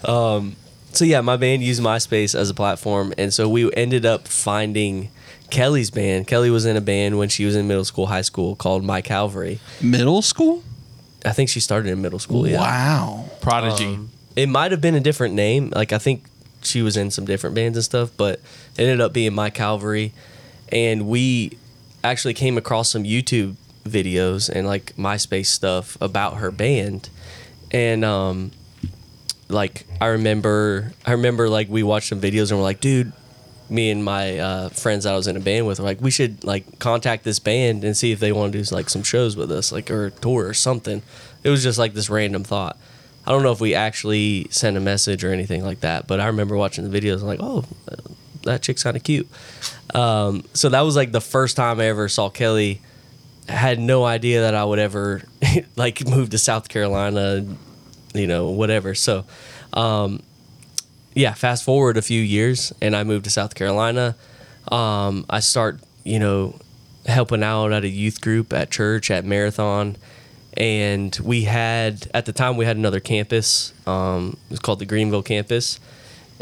down.
so yeah, my band used MySpace as a platform, and so we ended up finding Kelly's band. Kelly was in a band when she was in middle school, high school, called My Calvary.
Middle school?
I think she started in middle school. Yeah.
Wow.
Prodigy.
It might have been a different name. Like I think she was in some different bands and stuff, but it ended up being My Calvary. And we actually came across some YouTube videos and like MySpace stuff about her band. And um like I remember I remember like we watched some videos and we're like, dude, me and my uh, friends that I was in a band with were like, we should like contact this band and see if they want to do like some shows with us, like or a tour or something. It was just like this random thought. I don't know if we actually sent a message or anything like that, but I remember watching the videos and like, oh, that chick's kind of cute. Um, so that was like the first time I ever saw Kelly. I had no idea that I would ever like move to South Carolina, you know, whatever. So, um, yeah, fast forward a few years and I moved to South Carolina. Um, I start, you know, helping out at a youth group at church at Marathon. And we had, at the time, we had another campus. Um, it was called the Greenville campus.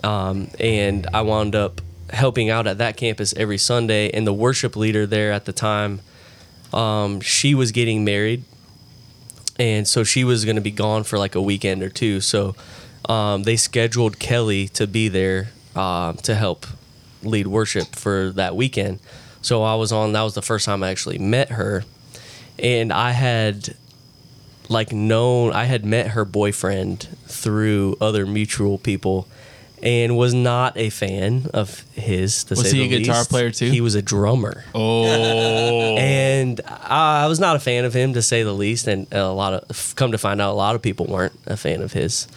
Um, and I wound up helping out at that campus every Sunday. And the worship leader there at the time, um, she was getting married. And so she was going to be gone for like a weekend or two. So um, they scheduled Kelly to be there um, to help lead worship for that weekend. So I was on, that was the first time I actually met her. And I had like known, I had met her boyfriend through other mutual people and was not a fan of his. To
Was
say
he
the
a guitar
least.
player too?
He was a drummer
Oh,
and I I was not a fan of him to say the least. And a lot of come to find out, a lot of people weren't a fan of his.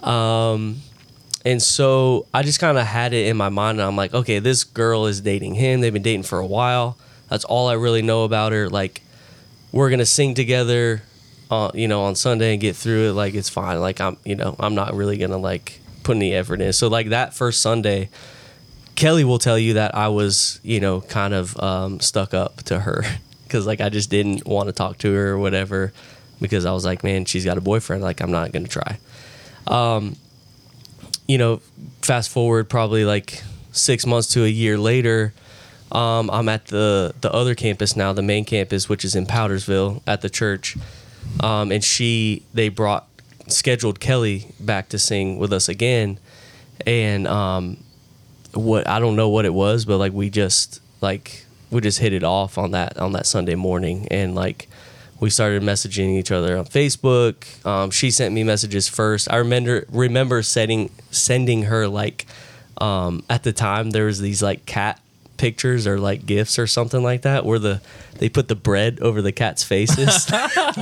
Um, and so I just kind of had it in my mind, and I'm like, okay, this girl is dating him. They've been dating for a while. That's all I really know about her. Like, we're gonna sing together, uh, you know, on Sunday and get through it. Like, it's fine. Like, I'm, you know, I'm not really gonna like put any effort in. So like that first Sunday, Kelly will tell you that I was, you know, kind of um, stuck up to her because like I just didn't want to talk to her or whatever because I was like, man, she's got a boyfriend. Like I'm not gonna try. Um, you know, fast forward probably like six months to a year later. Um, I'm at the the other campus now, the main campus, which is in Powdersville at the church, um, and she they brought scheduled Kelly back to sing with us again, and um, what I don't know what it was, but like we just like we just hit it off on that on that Sunday morning, and like we started messaging each other on Facebook. Um, she sent me messages first. I remember remember setting sending her like um, at the time there was these like cat pictures or like gifts or something like that where the they put the bread over the cat's faces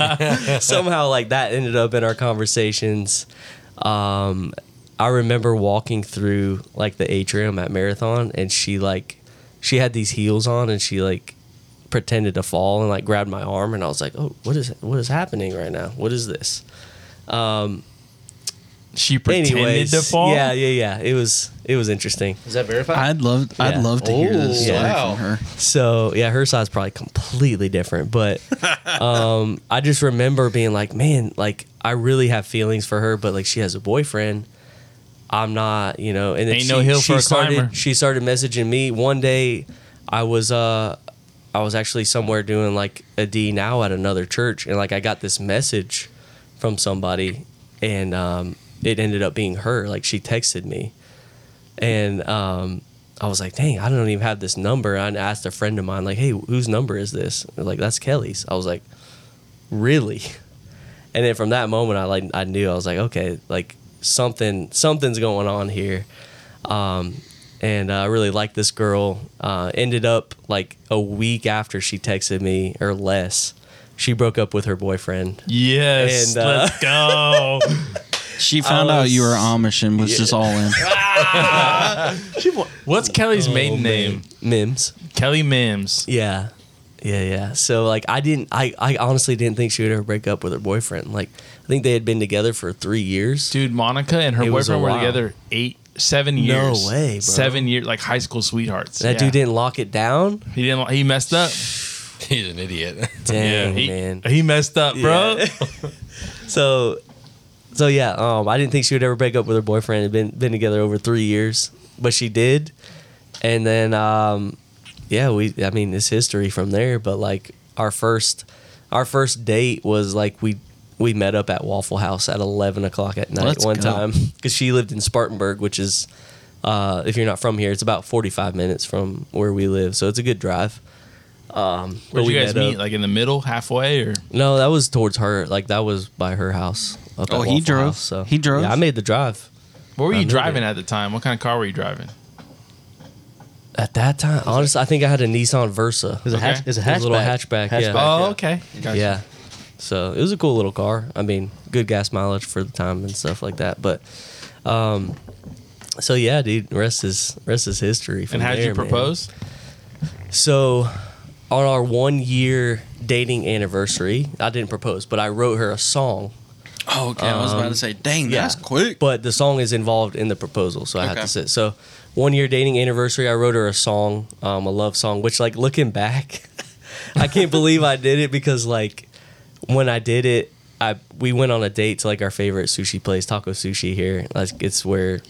somehow like that ended up in our conversations um i remember walking through like the atrium at marathon and she like she had these heels on and she like pretended to fall and like grabbed my arm and i was like oh what is what is happening right now what is this
she pretended
anyways
to fall.
yeah yeah yeah it was it was interesting
Is that verified?
I'd love I'd
Yeah.
love to hear this
Oh,
story
wow.
from her.
So yeah, her side's probably completely different, but um, I just remember being like, man, like I really have feelings for her, but like she has a boyfriend. I'm not, you know, and then
Ain't
she,
no hill
she
for a
started,
climber.
She started messaging me one day. I was uh, I was actually somewhere doing like a D now at another church, and like I got this message from somebody, and um, it ended up being her. Like she texted me, and um, I was like, dang, I don't even have this number. I asked a friend of mine, like, hey, whose number is this? They're like, that's Kelly's. I was like, really? And then from that moment, I like, I knew I was like, okay, like something, something's going on here. Um, and uh, I really liked this girl. Uh, ended up like a week after she texted me or less, she broke up with her boyfriend.
Yes,
And, uh,
let's go.
She found out you were Amish and was just all in.
Oh,
What's Kelly's maiden name?
Mims.
Kelly Mims.
Yeah. Yeah, yeah. So like I didn't I, I honestly didn't think she would ever break up with her boyfriend. Like I think they had been together for three years.
Dude, Monica and her
It was a
boyfriend were
while.
together eight, seven years.
way, bro.
Seven years, like high school sweethearts.
that
Yeah.
dude didn't lock it down.
He didn't. He messed up.
He's an idiot.
Dang
he,
man.
he messed up, bro.
So so yeah, um I didn't think she would ever break up with her boyfriend. Had been been together over three years. But she did. And then um yeah, we I mean it's history from there, but like our first our first date was like we we met up at Waffle House at eleven o'clock at night
Let's
one
go.
time because she lived in Spartanburg, which is uh, if you're not from here, it's about forty five minutes from where we live, so it's a good drive. Um, but
Where'd
we
you guys
met up-
meet? Like in the middle, halfway, or
no, that was towards her. Like that was by her house. Up
Oh,
at
he
Waffle
drove?
House, so
He drove?
Yeah, I made the drive
what were
I
you
made
driving
it.
at the time? What kind of car were you driving?
at that time. Honestly, I think I had a Nissan Versa.
It's a,
Okay.
hatch, it's a
It was a little hatchback, yeah. Oh,
yeah.
okay. Gotcha.
Yeah. So it was a cool little car. I mean, good gas mileage for the time and stuff like that. But, um, so yeah, dude. Rest is rest is history. From
And how did you
there, man.
propose?
So, on our one year dating anniversary, I didn't propose, but I wrote her a song.
Oh, okay. I was about to say, dang,
yeah.
that's quick.
But the song is involved in the proposal, so I had
Okay.
to sit. So, one year dating anniversary, I wrote her a song, um, a love song, which like looking back, I can't believe I did it because like when I did it, I we went on a date to like our favorite sushi place, Taco Sushi here. Like it's where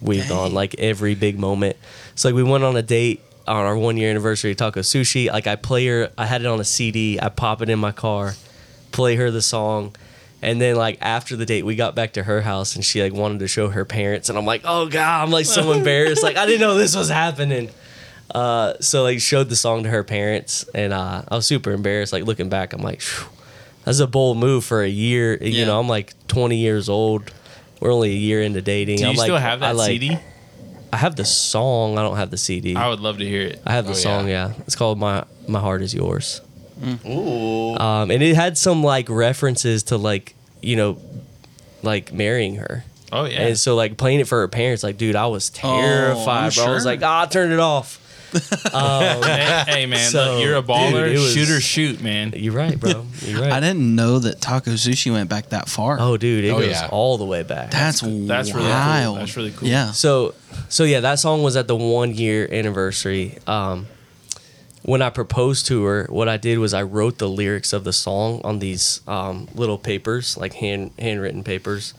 we've gone like every big moment. So like we went on a date on our one year anniversary at Taco Sushi. Like I play her, I had it on a CD. I pop it in my car, play her the song. And then like after the date, we got back to her house and she like wanted to show her parents. And I'm like, oh god, I'm like so embarrassed. Like I didn't know this was happening. Uh, so like showed the song to her parents and uh, I was super embarrassed. Like looking back, I'm like, phew, that's a bold move for a year. You
Yeah.
know, I'm like 20 years old. We're only a year into dating.
Do you
I'm like,
still have
I
that
like,
CD?
I have the song. I don't have the CD.
I
I,
would love to hear it.
have the
Oh,
song. Yeah. it's called "My My Heart Is Yours." Ooh. Um, and it had some like references to like you know, like marrying her.
Oh yeah.
And so like playing it for her parents, like dude, I was terrified, bro. I was
sure.
like, ah, turn it off. um,
hey, hey, man,
So,
look, you're a baller.
dude, it was-
shoot or shoot, man.
you're right, bro. You're right.
I didn't know that taco sushi went back that far.
oh, dude, it
Oh,
goes
yeah.
all the way back.
that's
That's really cool.
wild.
That's really cool.
Yeah.
So, so yeah, that song was at the one year anniversary. Um, when I proposed to her, what I did was I wrote the lyrics of the song on these um, little papers, like hand handwritten papers,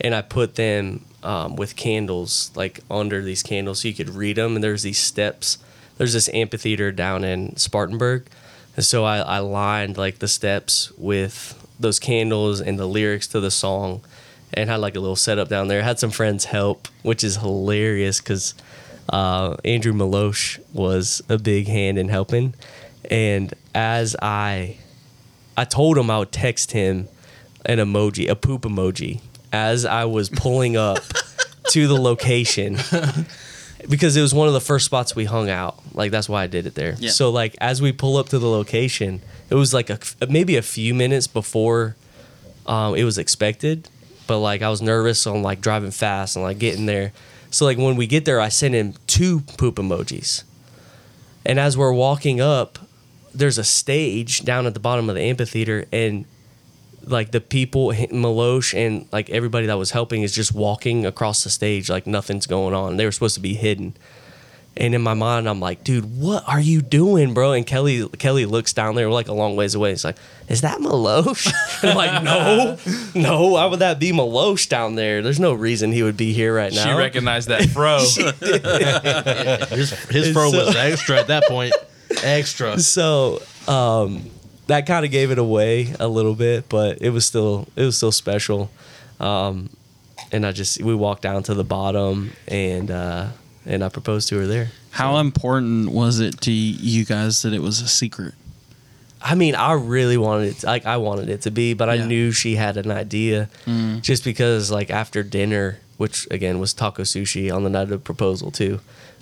and I put them um, with candles, like under these candles, so you could read them. And there's these steps. There's this amphitheater down in Spartanburg, and so I, I lined like the steps with those candles and the lyrics to the song, and had like a little setup down there. Had some friends help, which is hilarious because uh, Andrew Malosh was a big hand in helping. And as I, I told him I would text him an emoji, a poop emoji, as I was pulling up to the location because it was one of the first spots we hung out. Like that's why I did it there.
Yeah.
So like as we pull up to the location, it was like a maybe a few minutes before um, it was expected, but like I was nervous on like driving fast and like getting there. So like when we get there, I sent him two poop emojis, and as we're walking up, there's a stage down at the bottom of the amphitheater, and like the people, Malosh and like everybody that was helping is just walking across the stage like nothing's going on. They were supposed to be hidden. And in my mind, I'm like, dude, what are you doing, bro? And Kelly, Kelly looks down there, we're like a long ways away. It's like, is that Malosh? And I'm like, no, no. Why would that be Malosh down there? There's no reason he would be here right now.
She recognized that fro.
His, his fro
so-
was extra at that point. Extra.
so um that kind of gave it away a little bit but it was still it was still special um and i just we walked down to the bottom and uh and i proposed to her there
How important was it to you guys that it was a secret?
I mean, I really wanted it. Like, I wanted it to be, but I
Yeah. Mm.
knew she had an idea, just because like after dinner, which again was taco sushi on the night of the proposal too,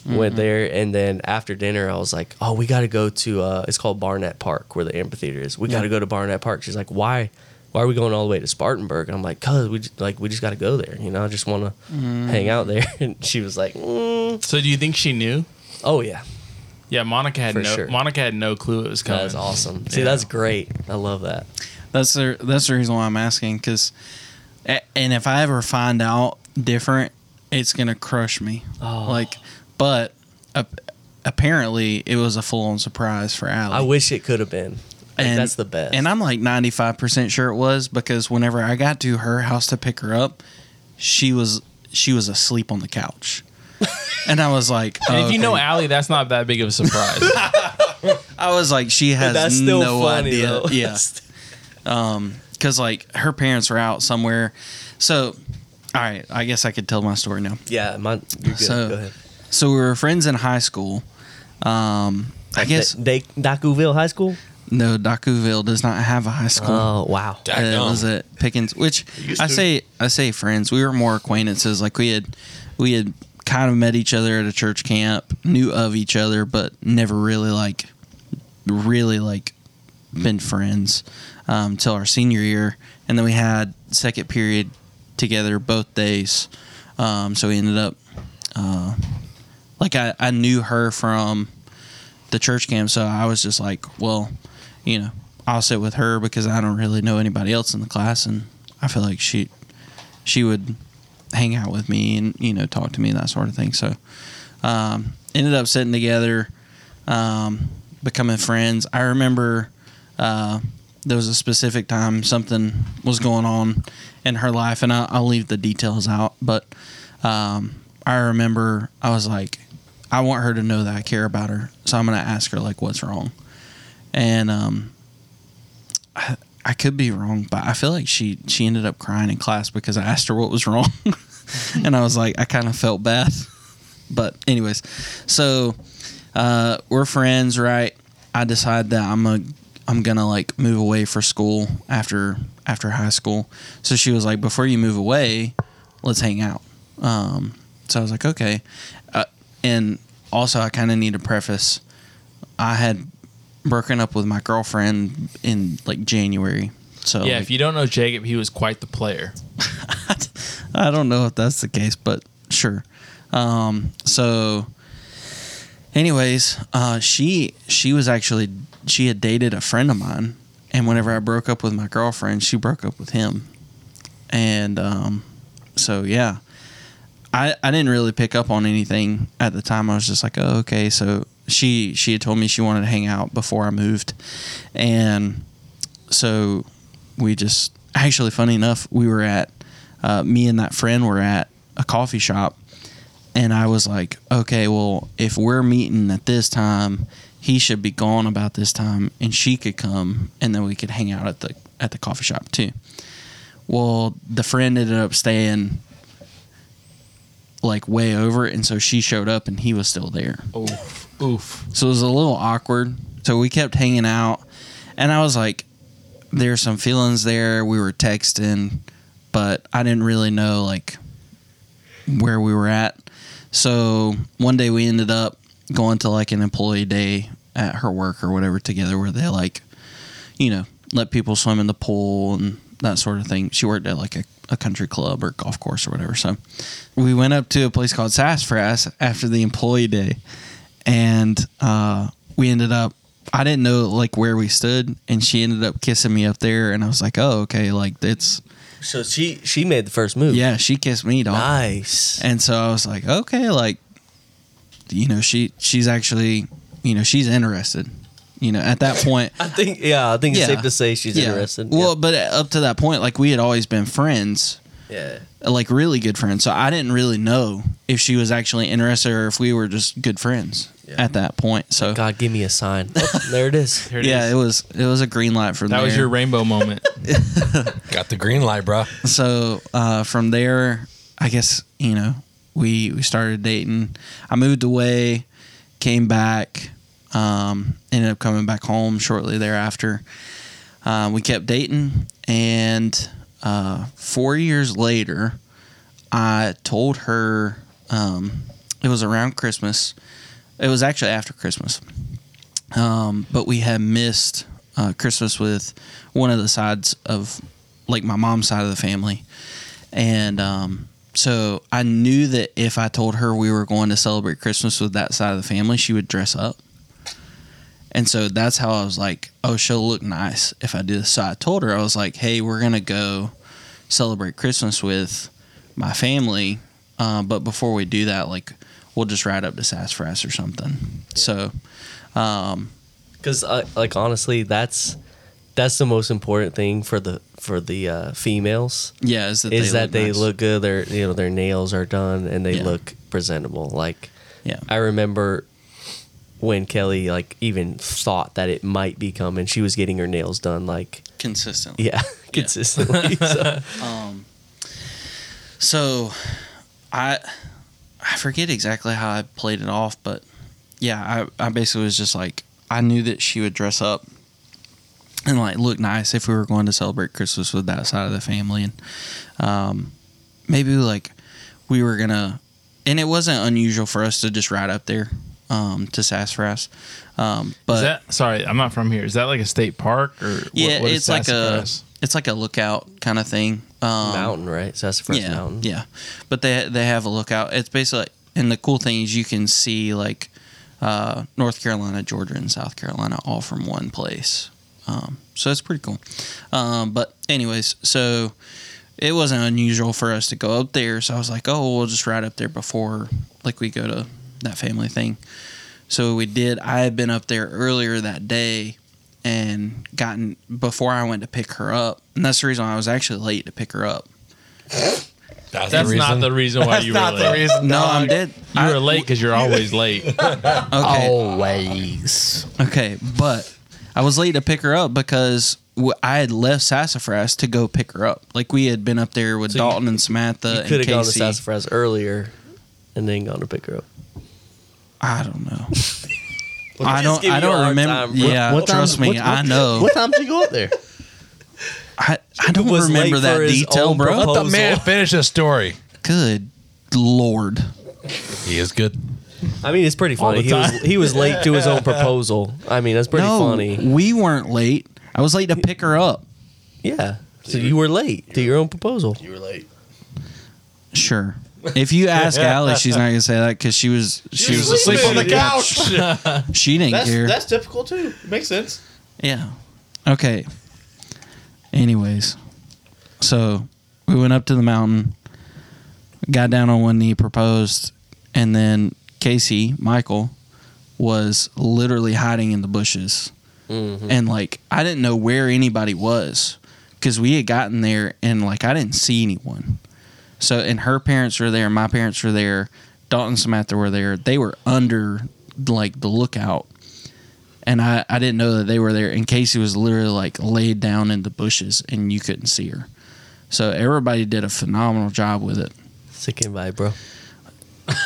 Mm-hmm.
went there, and then after dinner, I was like, oh, we got to go to. Uh, it's called Barnett Park, where the amphitheater is. We got to go to Barnett Park. She's like, why? Why are we going all the way to Spartanburg? And I'm like, cause we just, like we just got to go there. You know, I just want to hang out there. And she was like, mm.
so do you think she knew?
oh yeah,
Yeah, Monica had
For
no
sure.
Monica had no clue it was coming.
That's awesome. See,
Yeah.
that's great. I love that.
That's the that's the reason why I'm asking because, and if I ever find out different, it's gonna crush me.
Oh.
Like, but ap- apparently it was a full on surprise for Allie.
I wish it could have been. Like, that's the best.
And I'm like 95 percent sure it was because whenever I got to her house to pick her up, she was she was asleep on the couch, and I was like,
And if you know
okay.
Allie, that's not that big of a surprise.
I was like, she has
that's still
no
funny
idea.
though.
Yeah. because like her parents are out somewhere. So, all right, I guess I could tell my story now.
yeah. My, you're good.
So,
Go ahead.
So we were friends in high school. Um, I guess
Da- Da- Dacuville High School.
no, Dakuville does not have a high school.
Oh wow.
Uh, it was at Pickens, which I say I say friends. We were more acquaintances. Like we had we had kind of met each other at a church camp, knew of each other, but never really like really like been friends um, till our senior year, and then we had second period together both days. Um, so we ended up uh, like I, I knew her from the church camp, so I was just like, well, you know, I'll sit with her because I don't really know anybody else in the class, and I feel like she she would hang out with me and you know talk to me and that sort of thing. So um, ended up sitting together, um, becoming friends. I remember uh, there was a specific time something was going on in her life, and I, I'll leave the details out, but um, I remember I was like, I want her to know that I care about her, so I'm gonna ask her like what's wrong, and um, I, I could be wrong, but I feel like she she ended up crying in class because I asked her what was wrong, and I was like I kind of felt bad, but anyways, so uh, we're friends, right? I decide that I'm a I'm gonna like move away for school after after high school, so she was like before you move away, let's hang out. Um, so I was like, okay. Uh, and also, I kind of need to preface I had broken up with my girlfriend in like January. So
yeah,
like,
if you don't know Jacob, he was quite the player.
I don't know if that's the case, but sure. Um, so, anyways, uh, she she was actually she had dated a friend of mine, and whenever I broke up with my girlfriend, she broke up with him, and um, so yeah, I I didn't really pick up on anything at the time. I was just like, oh okay, so she she had told me she wanted to hang out before I moved, and so we just actually funny enough we were at uh, me and that friend were at a coffee shop and i was like okay well if we're meeting at this time he should be gone about this time and she could come and then we could hang out at the at the coffee shop too well the friend ended up staying like way over and so she showed up and he was still there
Oof, oof.
so it was a little awkward. So we kept hanging out, and I was like, "There's some feelings there." We were texting, but I didn't really know like where we were at. So one day we ended up going to like an employee day at her work or whatever together, where they like, you know, let people swim in the pool and that sort of thing. She worked at like a, a country club or golf course or whatever. So we went up to a place called Sassafras after the employee day and uh, we ended up i didn't know like where we stood and she ended up kissing me up there and i was like oh okay like it's
So she she made the first move.
yeah she kissed me dog
Nice.
and so i was like okay like you know she she's actually you know she's interested you know at that point
I think yeah. I think it's
Yeah.
safe to say she's
yeah.
interested.
well but up to that point like we had always been friends
yeah.
like really good friends. So I didn't really know if she was actually interested or if we were just good friends
Yeah.
at that point. So
God, give me a sign. Oh, there it is.
Here it
yeah,
is.
it was it was a green light from
that
there.
was your rainbow moment.
Got the green light, bro.
so uh, from there, I guess you know we we started dating. I moved away, came back, um, ended up coming back home shortly thereafter. Uh, we kept dating, and uh, four years later, I told her um, it was around Christmas. It was actually after Christmas, um, but we had missed uh, Christmas with one of the sides of like my mom's side of the family. And um, so I knew that if I told her we were going to celebrate Christmas with that side of the family, she would dress up. And so that's how I was like, oh, she'll look nice if I do this. So I told her, I was like, hey, we're going to go celebrate Christmas with my family. Uh, but before we do that, like, we'll just ride up to Sassafras or something. So, um,
Because uh, like honestly, that's that's the most important thing for the for the uh, females
yeah, is that
is
they
that
look
they
nice.
look good. Their you know their nails are done and they
Yeah.
look presentable. Like
Yeah.
I remember when Kelly like even thought that it might be coming. She was getting her nails done like
consistent.
yeah consistently. so,
So, I I forget exactly how I played it off, but yeah, I, I basically was just like I knew that she would dress up and like look nice if we were going to celebrate Christmas with that side of the family, and um, maybe like we were gonna, and it wasn't unusual for us to just ride up there um, to Sassafras, um, but
Is that sorry? I'm not from here. Is that like a state park or what-
yeah,
what is
it's like a
Sassafras?
it's like a lookout kind of thing. Um,
mountain right? So that's the first
yeah,
mountain.
Yeah, but they they have a lookout. It's basically, and the cool thing is you can see like uh, North Carolina, Georgia, and South Carolina all from one place. Um, so it's pretty cool. Um, but anyways, so it wasn't unusual for us to go up there. So I was like, oh, we'll just ride up there before like we go to that family thing. So we did. I had been up there earlier that day and gotten before I went to pick her up, and that's the reason I was actually late to pick her up.
That's,
That's not the reason why you were late.
reason.
No, I'm dead.
You were late because you're always late.
Okay.
Oh.
Always.
Okay, but I was late to pick her up because w- I had left Sassafras to go pick her up. Like we had been up there with
So you-
Dalton and Samantha
You
and
could have
uh, Casey.
gone to Sassafras earlier and then gone to pick her up.
I don't know.
Well,
I
just
don't.
give you
I
a
don't
hard
remember.
time, bro.
yeah, trust me. I know.
What time did you go up there?
I, I don't
was late
remember that
for his
detail,
own
bro.
proposal.
Let the man finish the story.
Good lord.
He is good.
I mean, it's pretty funny. He was, he was late to his own proposal. I mean, that's pretty
no,
funny.
we weren't late. I was late to pick her up.
Yeah. So you were late to your own proposal.
You were late.
Sure. If you ask Allie, she's not gonna say that because she was she was asleep on the couch. she didn't care.
typical too. Makes sense.
Yeah. Okay. Anyways, so we went up to the mountain, got down on one knee, proposed, and then Casey, Michael, was literally hiding in the bushes. And like, I didn't know where anybody was because we had gotten there and like, I didn't see anyone. So, and her parents were there, my parents were there, Dalton and Samantha were there. They were under like the lookout and I, I didn't know that they were there. And Casey was literally like laid down in the bushes, and you couldn't see her. So everybody did a phenomenal job with it.
Sick invite, bro.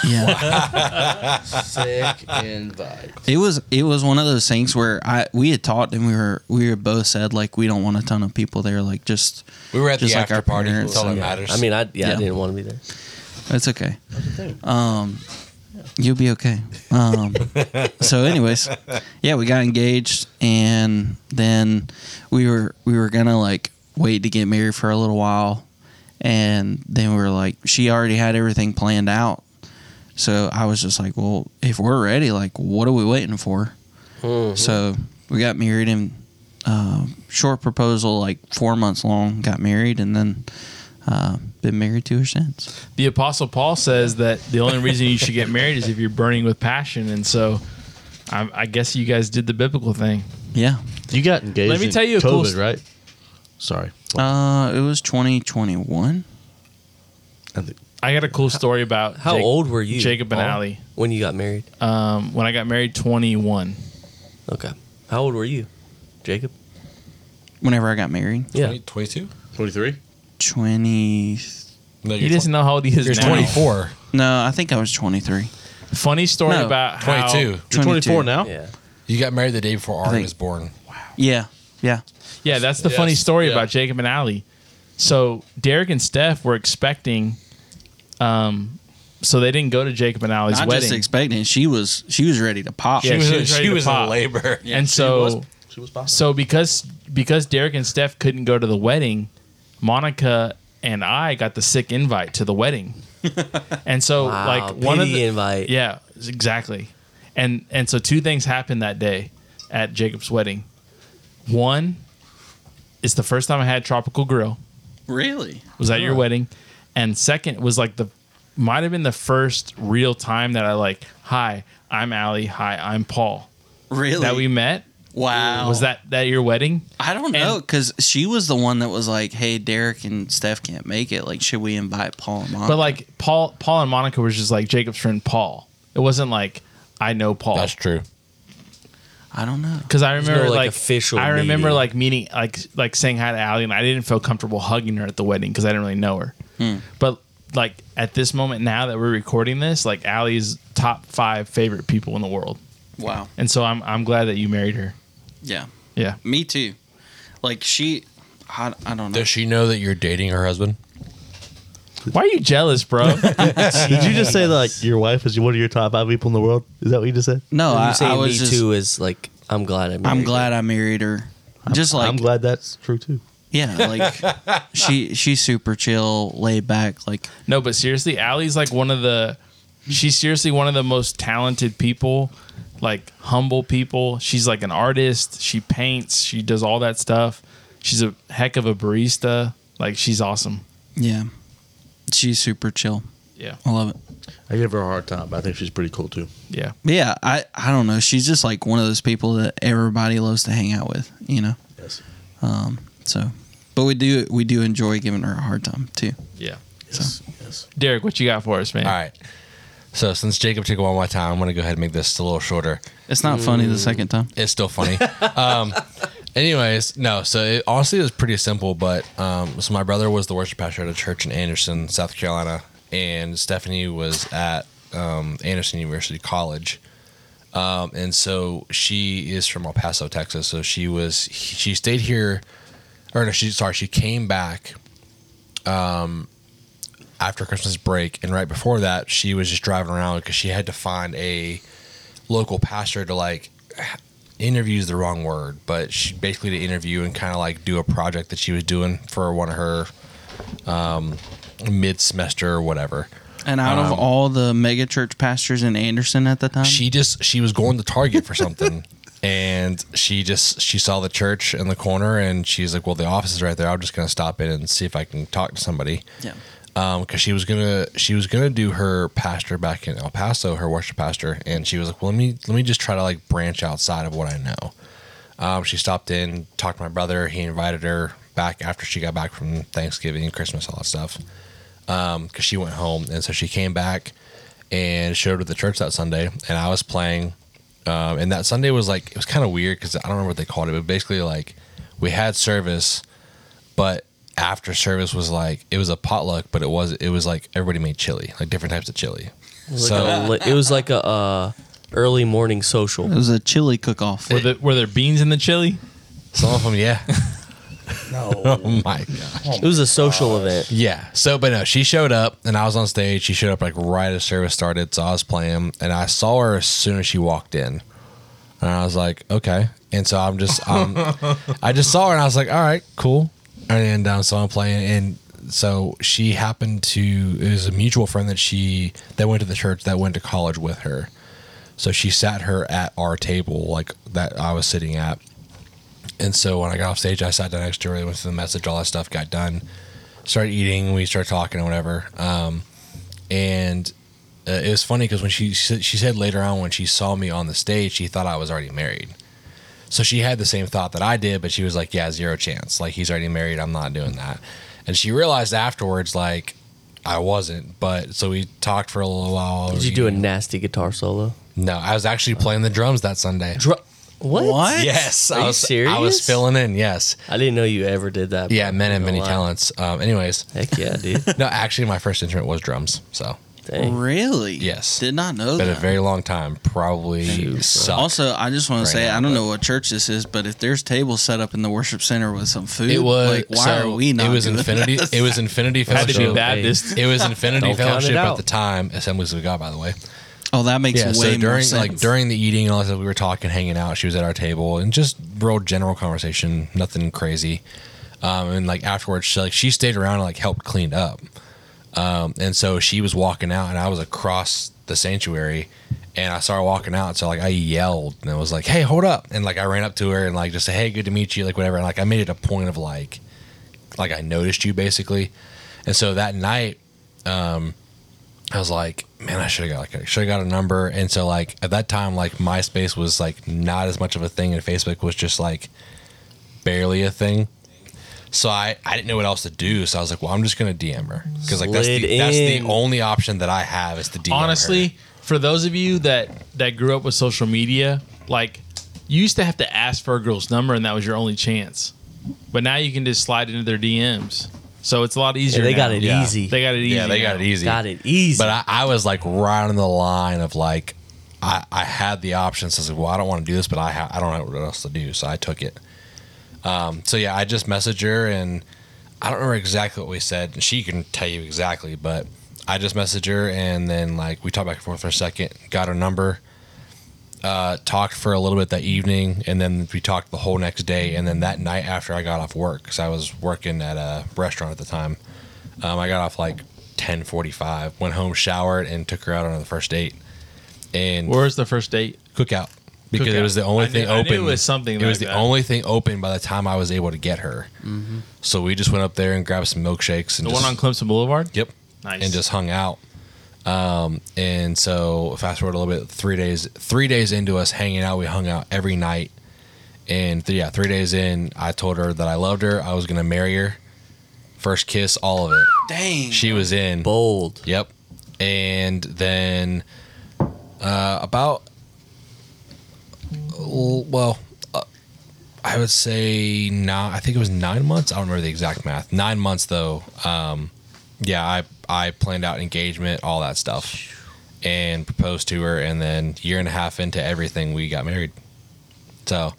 Yeah,
Sick invite.
it was it was one of those things where I we had talked and we were we were both said like we don't want a ton of people there. Like just
We were at
Just
the
like
after
our
party.
parents,
That's all that
yeah.
matters.
I mean, I yeah,
Yeah.
I didn't want to be there.
That's okay. Um, you'll be okay. Um, so, anyways, yeah, we got engaged, and then we were we were gonna like wait to get married for a little while, and then we were like, she already had everything planned out. So I was just like, well, if we're ready, like, what are we waiting for? So we got married and uh, short proposal, like four months long. Got married and then uh, been married to her since.
the apostle paul says that the only reason you should get married is if you're burning with passion and so I, I guess you guys did the biblical thing
Yeah.
You got engaged.
Let me
in
tell you a
COVID,
cool st-
right? Sorry.
Uh, it was 2021.
i got a cool story about
How
Jac-
old were you?
jacob and
Paul,
Allie.
When you got married.
um, when i got married 21
Okay. How old were you, Jacob?
Whenever I got married,
Yeah.
22?
Twenty three.
20.
No,
he doesn't
tw-
know how old he is
You're
now.
24.
No, I think I was 23.
funny story
No.
about how
22.
You're
22.
twenty four now.
Yeah.
You got married the day before Ari
think-
was born.
Yeah. Yeah.
Yeah, that's the funny
Yes,
story
yeah.
about Jacob and Allie. So Derek and Steph were expecting, um, so they didn't go to Jacob and Allie's
I
wedding.
just expecting she was she was ready to pop.
Yeah, she was ready to pop.
labor.
and so
She was possible.
So because because Derek and Steph couldn't go to the wedding, Monica and I got the sick invite to the wedding. and so
Wow,
like one of
Ah, pity
the
invite.
Yeah, exactly. And and so two things happened that day. at Jacob's wedding. One, it's the first time I had tropical grill.
Really?
was at your wedding, and second was like the might have been the first real time that I like, hi, I'm Allie. Hi, I'm Paul.
Really?
That we met.
wow.
Was that that your wedding?
I don't know because she was the one that was like, "Hey, Derek and Steph can't make it. Like, should we invite Paul and Mom?"
But like Paul, Paul and Monica was just like Jacob's friend Paul. It wasn't like I know Paul
That's true.
I don't know.
because I
no,
remember
like,
like,
official
I remember
meeting.
like meeting like like saying hi to Allie, and I didn't feel comfortable hugging her at the wedding because I didn't really know her.
Hmm.
But like at this moment now that we're recording this, like Allie's top five favorite people in the world.
Wow.
And so I'm I'm glad that you married her.
Yeah.
Yeah.
Me too. Like she, I, I don't know.
Does she know that you're dating her husband?
Why are you jealous, bro?
Did you just say like your wife is one of your top five people in the world? Is that what you just said?
no,
I'm
I,
saying
I
me
was just.
too is like I'm glad I married
I'm
her.
glad I married her. just like
I'm glad that's true too.
yeah, like she she's super chill, laid back. Like
no, but seriously, Allie's like one of the she's seriously one of the most talented people, like humble people. She's like an artist. She paints, she does all that stuff. She's a heck of a barista. Like she's awesome.
yeah, she's super chill.
Yeah.
I love it.
I give her a hard time, but I think she's pretty cool too.
Yeah.
But yeah, I I don't know. She's just like one of those people that everybody loves to hang out with. You know. Um,
Yes.
So, but we do we do enjoy giving her a hard time too.
Yeah.
Yes. Yes.
Derek, what you got for us, man?
All right. So since Jacob took all my time, I'm gonna go ahead and make this a little shorter.
It's not funny the second time.
It's still funny. um, anyways, no. So it, honestly, it was pretty simple. But um, so my brother was the worship pastor at a church in Anderson, South Carolina, and Stephanie was at um, Anderson University College. Um, and so she is from El Paso, Texas. So she was she stayed here, or no, she sorry, she came back. Um, after Christmas break, and right before that, she was just driving around because she had to find a local pastor to like interview's the wrong word, but she basically to interview and kind of like do a project that she was doing for one of her um, mid semester or whatever.
And out of all the mega church pastors in Anderson at the time,
She just she was going to Target for something, and she just she saw the church in the corner, and she's like, "Well, the office is right there. I'm just gonna stop in and see if I can talk to somebody."
yeah,
because she was gonna she was gonna do her pastor back in El Paso, her worship pastor, and she was like, "Well, let me let me just try to like branch outside of what I know." Um, she stopped in, talked to my brother. He invited her back after she got back from Thanksgiving, Christmas, all that stuff, because she went home, and so she came back and showed up at the church that Sunday, and I was playing. Um, and that Sunday was like it was kind of weird because I don't remember what they called it, but basically like we had service, but after service was like it was a potluck, but it was it was like everybody made chili, like different types of chili.
It was
So
like a li- it was like a uh, early morning
it
social.
was a chili cook off.
Were, the, were there beans in the chili?
some of them, yeah.
No.
oh my god.
It was a social event.
Yeah. So, but no, she showed up and I was on stage. She showed up like right as service started. So I was playing and I saw her as soon as she walked in. And I was like, okay. And so I'm just, um, I just saw her and I was like, all right, cool. And um, so I'm playing. And so she happened to, it was a mutual friend that she, that went to the church, that went to college with her. So she sat her at our table, like that I was sitting at. And so when I got off stage, I sat down next to her, went through the message, all that stuff got done started eating. We started talking or whatever. Um, and uh, it was funny because when she she said later on when she saw me on the stage, she thought I was already married. So she had the same thought that I did, but she was like, "Yeah, zero chance. Like he's already married. I'm not doing that." And she realized afterwards, like I wasn't. But so we talked for a little while.
Did you do a nasty guitar solo?
No, I was actually playing the drums that Sunday.
Dr- what?
What?
Yes,
Are
I
you
was. I was
serious?
filling in. Yes,
I didn't know you ever did that.
yeah,
bro.
men have
I'm not
many
gonna lie.
talents. Um, anyways,
Heck yeah, dude.
no, actually, my first instrument was drums. So
Dang.
Really?
Yes.
Did not know
been
that.
a very long time. Probably
Shoot,
suck.
also, I just want
Right
to say
now,
I don't
but-
know what church this is, but if there's tables set up in the worship center with some food,
it was
like why
so
are we not?
It was
doing
Infinity.
That?
It was Infinity
Had to be
Fellowship.
Baptist.
It was Infinity
Don't count it
Fellowship at
out.
the time. Assemblies of God, by the way.
Oh, that makes
Yeah.
way
So
more
during
sense.
like during the eating and all that, stuff, we were talking, hanging out. She was at our table and just real general conversation, nothing crazy. Um, and like afterwards, she, like she stayed around and like helped clean up. Um, and so she was walking out, and I was across the sanctuary, and I started walking out. So like I yelled and I was like, "Hey, hold up!" And like I ran up to her and like just say, "Hey, good to meet you," like whatever. And like I made it a point of like, like I noticed you basically. And so that night, um, I was like, "Man, I should have got like should have got a number." And so like at that time, like MySpace was like not as much of a thing, and Facebook was just like barely a thing. So I, I didn't know what else to do. So I was like, well, I'm just gonna DM her because like that's
Slid
the, that's the
in.
only option that I have is to DM her.
honestly for those of you that that grew up with social media like you used to have to ask for a girl's number and that was your only chance but now you can just slide into their dms so it's a lot easier
they got
now.
it
Yeah.
easy.
they got it easy
Yeah, they got
now.
it easy.
Got it easy.
But I, I was like right on the line of like, I, I had the option. So I was like, well, I don't want to do this, but I ha- I don't know what else to do. So I took it. Um, so yeah, I just messaged her and I don't remember exactly what we said. And she can tell you exactly, but I just messaged her and then like we talked back and forth for a second, got her number, uh, talked for a little bit that evening, and then we talked the whole next day. And then that night after I got off work, because I was working at a restaurant at the time, um, I got off like 10:45, went home, showered, and took her out on the first date and
where's the first date
cookout because it
Cookout.
was the only
I knew-
thing
I knew
open.
it was something
It was
like
the
that.
only thing open by the time I was able to get her. So we just went up there and grabbed some milkshakes and
the
just,
one on clemson boulevard
Yep.
Nice.
And just hung out. Um, and so fast forward a little bit, three days, three days into us hanging out, we hung out every night. And th- yeah, three days in, I told her that I loved her. I was going to marry her. First kiss, all of it.
Dang.
She was in.
Bold.
Yep. And then uh, about l- well, uh, I would say not. I think it was nine months. I don't remember the exact math. Nine months though. Um, yeah, I I planned out engagement, all that stuff, and proposed to her. And then year and a half into everything, we got married. So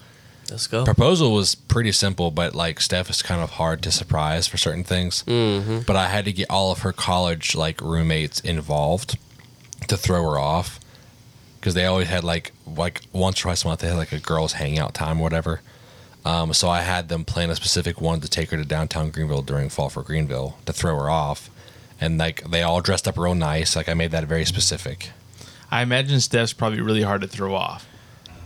Let's go.
proposal was pretty simple, but like Steph is kind of hard to surprise for certain things. Mm-hmm. But I had to get all of her college like roommates involved to throw her off because they always had like like once or twice a month they had like a girls hangout time or whatever. Um, so I had them plan a specific one to take her to downtown Greenville during Fall for Greenville to throw her off, and like they all dressed up real nice. Like I made that very specific.
i imagine steph's probably really hard to throw off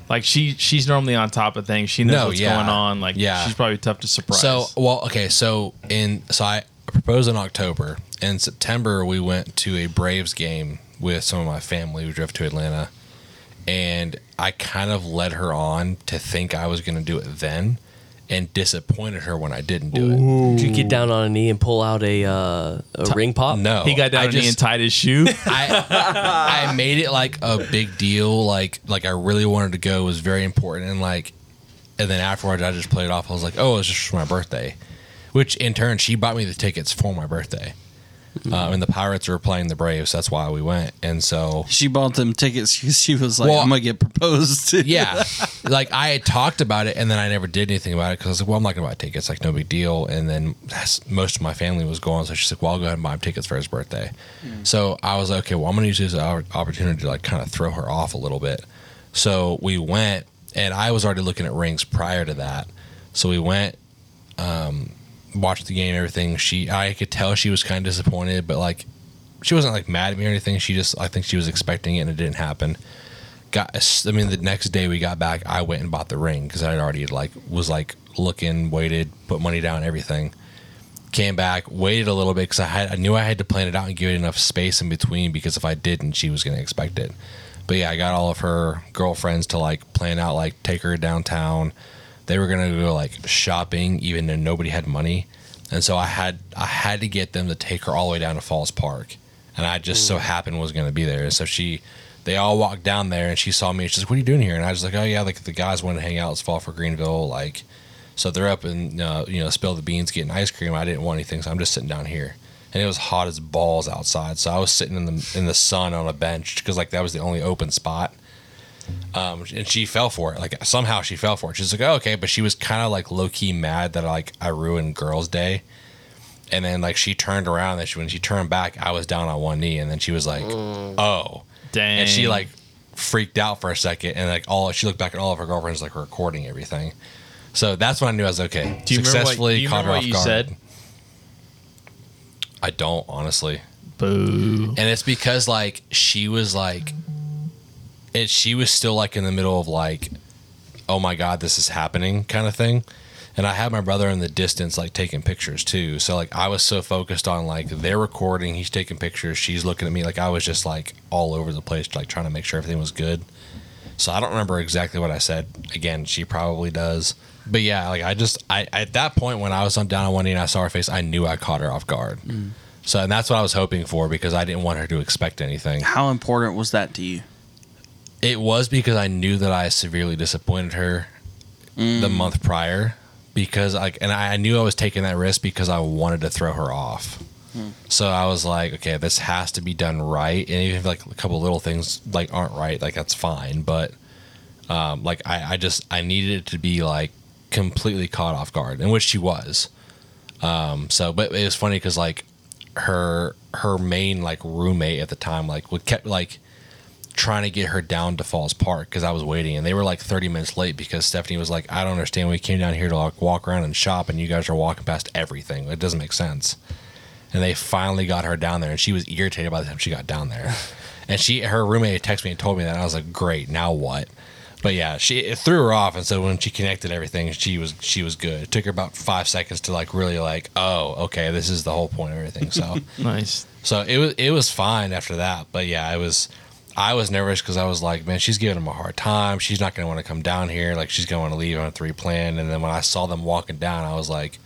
like she she's normally on top of things she knows
No,
what's
yeah.
going on like
Yeah.
she's probably tough to surprise
So, well, okay. So in so I proposed in October. In September, we went to a Braves game with some of my family. We drove to Atlanta, and I kind of led her on to think I was going to do it then, and disappointed her when I didn't do it.
Did you get down on a knee and pull out a uh, a ring pop?
No,
he got down on
I
his knee
just-
and tied his shoe
I I made it like a big deal. Like like I really wanted to go. It was very important, and like and then afterwards I just played it off. I was like, oh, it's just for my birthday, which in turn she bought me the tickets for my birthday. Um, and the Pirates were playing the Braves. That's why we went. And so
She bought them tickets because she was like,
Well,
"I'm gonna get proposed to."
yeah, like I had talked about it, and then I never did anything about it because I was like, well, I'm not gonna buy tickets. Like no big deal. And then that's- most of my family was going, so she's like, well, I'll go ahead and buy him tickets for his birthday. So I was like, okay, well, I'm gonna use this opp- opportunity to like kind of throw her off a little bit. So we went, and I was already looking at rings prior to that. So we went um, watched the game, everything. She, I could tell she was kind of disappointed, but like, she wasn't like mad at me or anything. She just, I think she was expecting it and it didn't happen. Got, I mean, the next day we got back, I went and bought the ring because I had already like was like looking, waited, put money down, everything. Came back, waited a little bit because I had, I knew I had to plan it out and give it enough space in between because if I didn't, she was going to expect it. But yeah, I got all of her girlfriends to like plan out, like take her downtown. They were gonna go like shopping, even though nobody had money, and so I had I had to get them to take her all the way down to Falls Park, and I just so happened was gonna be there, and so she, they all walked down there, and she saw me, and she's like, "What are you doing here?" And I was like, "Oh yeah, like the guys want to hang out, it's Fall for Greenville, like." So they're up and uh, you know spill the beans, getting ice cream. I didn't want anything, so I'm just sitting down here, and it was hot as balls outside. So I was sitting in the in the sun on a bench because like that was the only open spot. Um, and she fell for it. Like somehow she fell for it. She's like, oh, okay, but she was kind of like low key mad that like I ruined Girls Day. And then like she turned around, and she, when she turned back, I was down on one knee, and then she was like, oh,
dang
and she like freaked out for a second, and like all she looked back at all of her girlfriends like recording everything. So that's when I knew I was okay.
Do you remember what- do you remember what you said?
I don't honestly,
boo
and it's because like she was like and she was still like in the middle of like, oh my god, this is happening kind of thing. And I had my brother in the distance, like taking pictures too. So like I was so focused on like they're recording, he's taking pictures, she's looking at me. Like I was just like all over the place, like trying to make sure everything was good. So I don't remember exactly what I said. Again, she probably does. But yeah, like I just I at that point when I was on down on one knee and I saw her face, I knew I caught her off guard. So and that's what I was hoping for because I didn't want her to expect anything.
How important was that to you?
It was because I knew that I severely disappointed her the month prior because like and I I knew I was taking that risk because I wanted to throw her off. So I was like, okay, this has to be done right. And even if like a couple little things like aren't right, like that's fine. But um, like I, I just I needed it to be like completely caught off guard, and which she was. Um, so but it was funny because like her her main like roommate at the time like would kept like trying to get her down to Falls Park because I was waiting, and they were like 30 minutes late because Stephanie was like, "I don't understand. We came down here to like walk around and shop, and you guys are walking past everything. It doesn't make sense." And they finally got her down there, and she was irritated by the time she got down there. And she, her roommate, had texted me and told me that. And I was like, "Great, now what?" But yeah, she it threw her off, and so when she connected everything, she was she was good. It took her about five seconds to like really like, oh, okay, this is the whole point of everything. So.
Nice.
So it was it was fine after that, but yeah, I was I was nervous because I was like, man, she's giving him a hard time. She's not gonna want to come down here. Like she's gonna want to leave on a three plan. And then when I saw them walking down, I was like,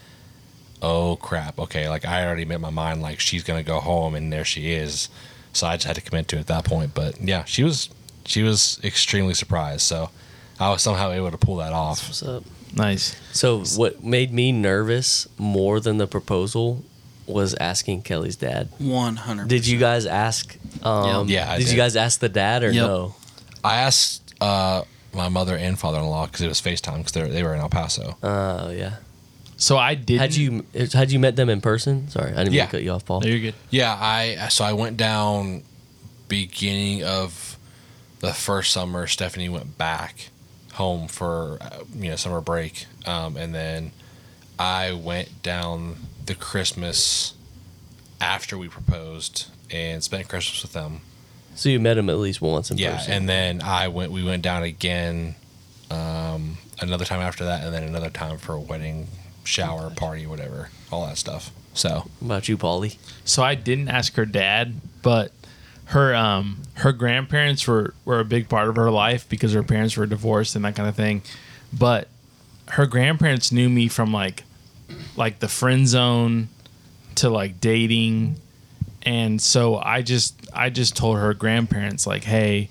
oh crap, okay. Like I already made my mind like she's gonna go home, and there she is. So I just had to commit to it at that point. But yeah, she was she was extremely surprised. So I was somehow able to pull that off.
What's up?
Nice.
So what made me nervous more than the proposal was asking Kelly's dad.
One hundred.
Did you guys ask? Um,
Yeah, I
did,
did.
you guys ask the dad or
Yep.
no?
I asked uh, my mother and father in law because it was Facetime because they were in El Paso.
Oh yeah.
So I did.
Had you had you met them in person? Sorry, I didn't mean
Yeah.
to cut you off, Paul.
No, you're good.
Yeah, I so I went down beginning of the first summer. Stephanie went back home for uh, you know summer break, um, and then I went down the Christmas after we proposed and spent Christmas with them.
So you met him at least once in
Yeah,
person.
and then I went. We went down again um, another time after that, and then another time for a wedding shower party, whatever, all that stuff. So
What about you, Paulie?
so I didn't ask her dad, but her um her grandparents were were a big part of her life because her parents were divorced and that kind of thing. But her grandparents knew me from like like the friend zone to like dating and so I just I just told her grandparents like, "Hey,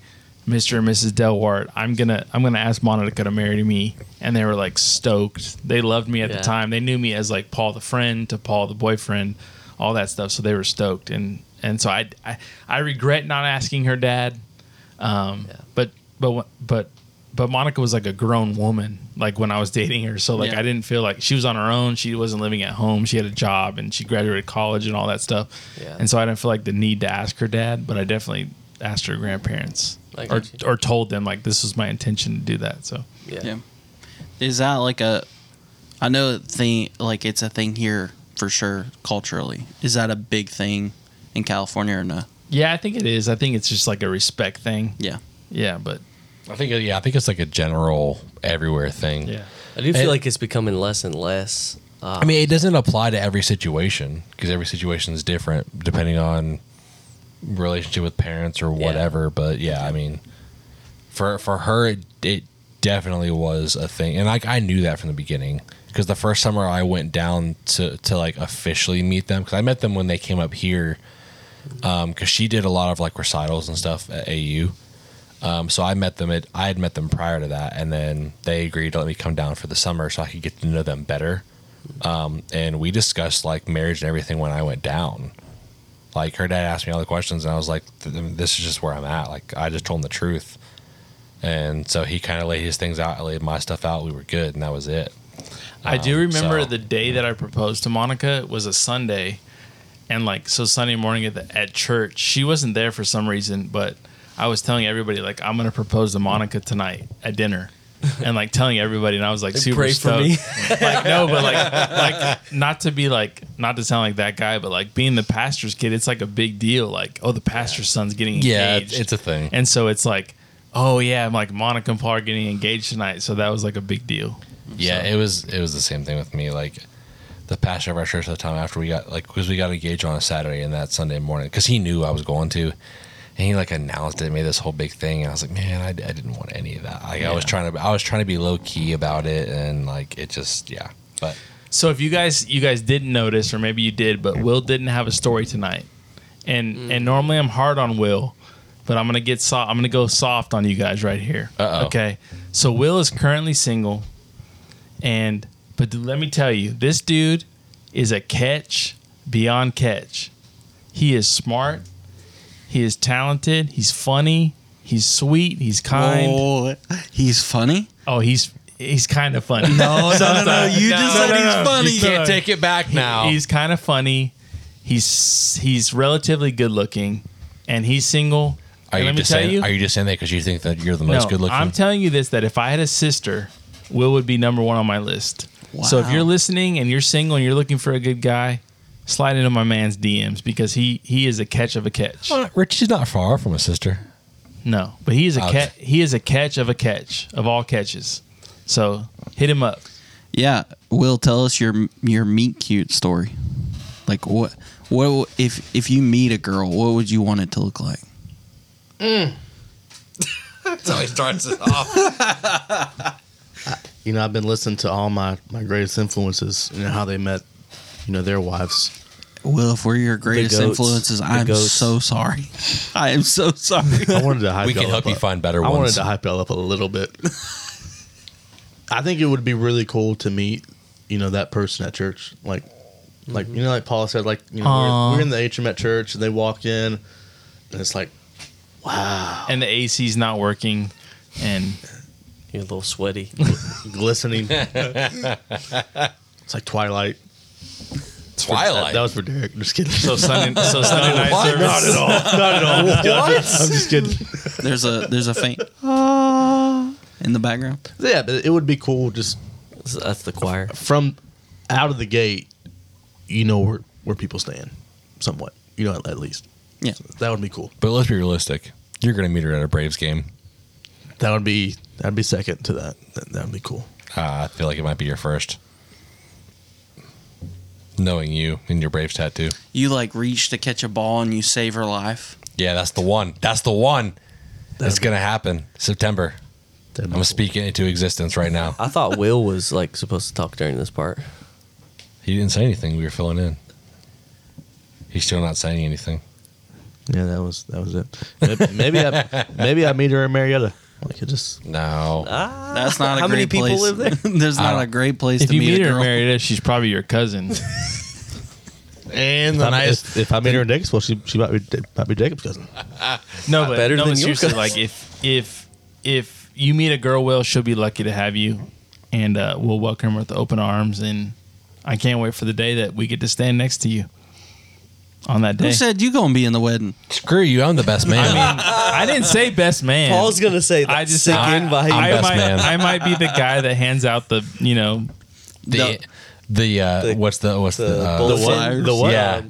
Mr. and Mrs. Delwart, I'm going to I'm going to ask Monica to marry me." And they were like stoked. They loved me at
Yeah.
the time. They knew me as like Paul the friend to Paul the boyfriend, all that stuff. So they were stoked and and so I I, I regret not asking her dad. Um but but but but Monica was like a grown woman like when I was dating her. So like
Yeah.
I didn't feel like she was on her own. She wasn't living at home. She had a job and she graduated college and all that stuff.
Yeah.
And so I didn't feel like the need to ask her dad, but I definitely asked her grandparents
I
or,
got you.
or told them like this was my intention to do that. So
Yeah. Is that like a? I know the thing like it's a thing here for sure culturally. Is that a big thing in California or no?
yeah, I think it is. I think it's just like a respect thing.
Yeah.
Yeah, but
I think yeah, I think it's like a general everywhere thing.
yeah.
I do feel
It-
like it's becoming less and less.
I mean, it doesn't apply to every situation because every situation is different depending on relationship with parents or whatever. But yeah, I mean, for for her, it, it definitely was a thing, and like I knew that from the beginning because the first summer I went down to to like officially meet them because I met them when they came up here because she did a lot of like recitals and stuff at AU. Um, so I met them at I had met them prior to that, and then they agreed to let me come down for the summer so I could get to know them better and we discussed like marriage and everything when I went down. Like her dad asked me all the questions, and I was like, th- "This is just where I'm at." Like I just told him the truth, and so he kind of laid his things out. I laid my stuff out. We were good, and that was it.
I do remember
so-
the day that I proposed to Monica was a Sunday, and like so Sunday morning at the at church, she wasn't there for some reason, but I was telling everybody like I'm gonna propose to Monica tonight at dinner, and like telling everybody, and I was like super
pray for
stoked.
me.
like no, but like like not to be like not to sound like that guy, but like being the pastor's kid, it's like a big deal. Like oh, the pastor's son's getting engaged,
a thing.
and so it's like oh yeah, I'm like Monica and Paul are getting engaged tonight, so that was like a big deal.
Yeah, it was it was the same thing with me. Like the pastor of our church at the time after we got like because we got engaged on a Saturday and that Sunday morning because he knew I was going to, and he like announced it, made this whole big thing, and I was like, man, I, I didn't want any of that. Like I was trying to I was trying to be low key about it, and like it just yeah. But
So if you guys you guys didn't notice, or maybe you did, but Will didn't have a story tonight, and and normally I'm hard on Will, but I'm gonna get soft. I'm gonna go soft on you guys right here.
Uh-oh.
Okay. So Will is currently single, and but let me tell you, this dude is a catch beyond catch. He is smart. He is talented. He's funny. He's sweet. He's kind.
Whoa, he's funny.
Oh, he's he's kind of funny.
No, no, no, no. You just said he's funny.
You
can't take it back now.
He's kind of funny. He's he's relatively good looking, and he's single.
are
And
you
let me
just
tell
saying
you,
are you just saying that because you think that you're the
no,
most good looking?
I'm telling you this: that if I had a sister, Will would be number one on my list. So if
Wow.
you're listening and you're single and you're looking for a good guy, slide into my man's DMs because he he is a catch of a catch.
Rich is not far from a sister.
No, but he is a
Okay.
catch. He is a catch of a catch of all catches. So hit him up.
Yeah, Will, tell us your your meet cute story. Like what what if if you meet a girl, what would you want it to look like?
That's how he starts it off.
You know, I've been listening to all my my greatest influences and how they met, you know, their wives.
Will, if we're your greatest
goats.
influences,
The
I'm
goats.
so sorry. I am so sorry.
I wanted to hype.
We can
y'all
help
up
you
a-
find better
I wanted
ones.
to hype y'all up a little bit. I think it would be really cool to meet, you know, that person at church. Like, like
Mm-hmm.
you know, like Paul said, like you know,
Aw.
we're, we're in the atrium at church, and they walk in, and it's like, wow,
and the AC's not working, and
You're a little sweaty.
glistening. it's like Twilight.
Twilight.
That was for Derek. I'm just kidding.
so Sunday, so Sunday night service.
Not at all. Not at all. I'm just kidding.
there's a there's a faint
Ah.
in the background.
Yeah, but it would be cool just
So That's the choir.
from out of the gate, you know where where people stand, somewhat. You know, at, at least
Yeah.
that would be cool.
but let's be realistic. You're gonna meet her at a Braves game.
That would be that'd be second to that. That, that would be cool.
Uh, I feel like it might be your first. Knowing you and your Braves tattoo.
You like reach to catch a ball and you save her life.
Yeah, that's the one. That's the one. That's
That'd-
gonna happen. September.
That'd
I'm
be
gonna
cool.
speak it into existence right now.
I thought Will was like supposed to talk during this part.
He didn't say anything. We were filling in. He's still not saying anything.
Yeah, that was that was it. Maybe- Maybe I maybe I meet her in Marietta. Like it just
No.
Ah,
That's not a
how
great
many people
place.
live there?
there's
I
not
don't-
a great place
If
to
you
meet,
meet
a
her
girl.
married, she's probably your cousin.
and the nice. If, if I meet her in Dickinsville, she she might be might be Jacob's cousin.
No, but
better
no,
than
but
your
seriously,
cousin.
like if if if you meet a girl, well, she'll be lucky to have you, and uh, we'll welcome her with open arms. And I can't wait for the day that we get to stand next to you on that day.
Who said you gonna be in the wedding?
Screw you. I'm the best man.
I didn't say best man.
Paul's gonna say that.
I just
sick
said I,
invite.
I
Best
might,
man.
I might be the guy that hands out the you know
the, the, uh,
The-
what's the what's the, uh,
bulletin,
flyers.
The what?
Yeah.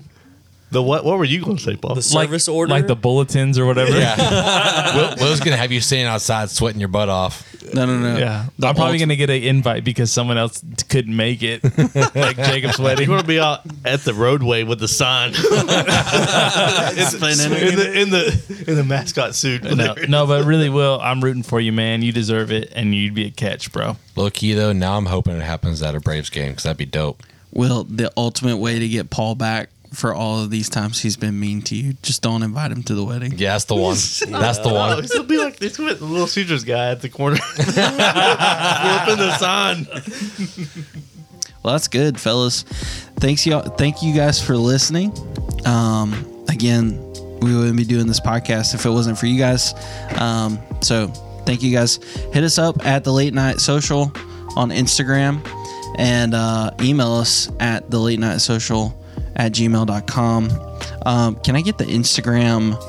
The what? What were you going to say, Paul?
The service order.
like the bulletins or whatever.
Will, Will's gonna have you sitting outside sweating your butt off.
No, no, no.
Yeah, I'm probably gonna get an invite because someone else t- couldn't make it, like Jacob's wedding.
You want to be out at the roadway with the sign in
Spinning.
the in the in the mascot suit.
No, no, but really, Will, I'm rooting for you, man. You deserve it, and you'd be a catch, bro.
Low key though, now I'm hoping it happens at a Braves game because that'd be dope.
Will, the ultimate way to get Paul back for all of these times he's been mean to you, just don't invite him to the wedding.
Yeah, that's the one. That's the
Oh,
one.
he'll be like this with the little Caesars guy at the corner, flipping the sign.
Well, that's good, fellas. Thanks y'all. Thank you guys for listening. Um, again, we wouldn't be doing this podcast if it wasn't for you guys. Um, so thank you guys. Hit us up at the late night social on Instagram and uh, email us at the late night social at gmail.com. Um, can I get the Instagram?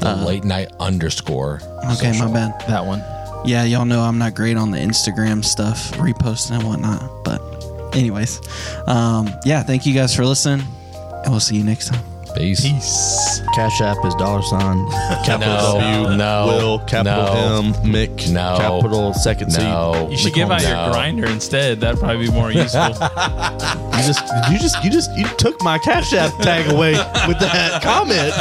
The late night underscore.
Okay,
social.
my bad.
That one.
Yeah, y'all know I'm not great on the Instagram stuff, reposting and whatnot. But, anyways, um, yeah, thank you guys for listening, and we'll see you next time.
Peace.
Peace.
Cash App is dollar sign. Capital
No.
W.
No.
Will. Capital
No.
M. Mick.
No.
Capital second C.
No.
You should
McCormick.
give out
No.
your grinder instead. That'd probably be more useful.
You just, you just, you just, you took my Cash App tag away with that comment.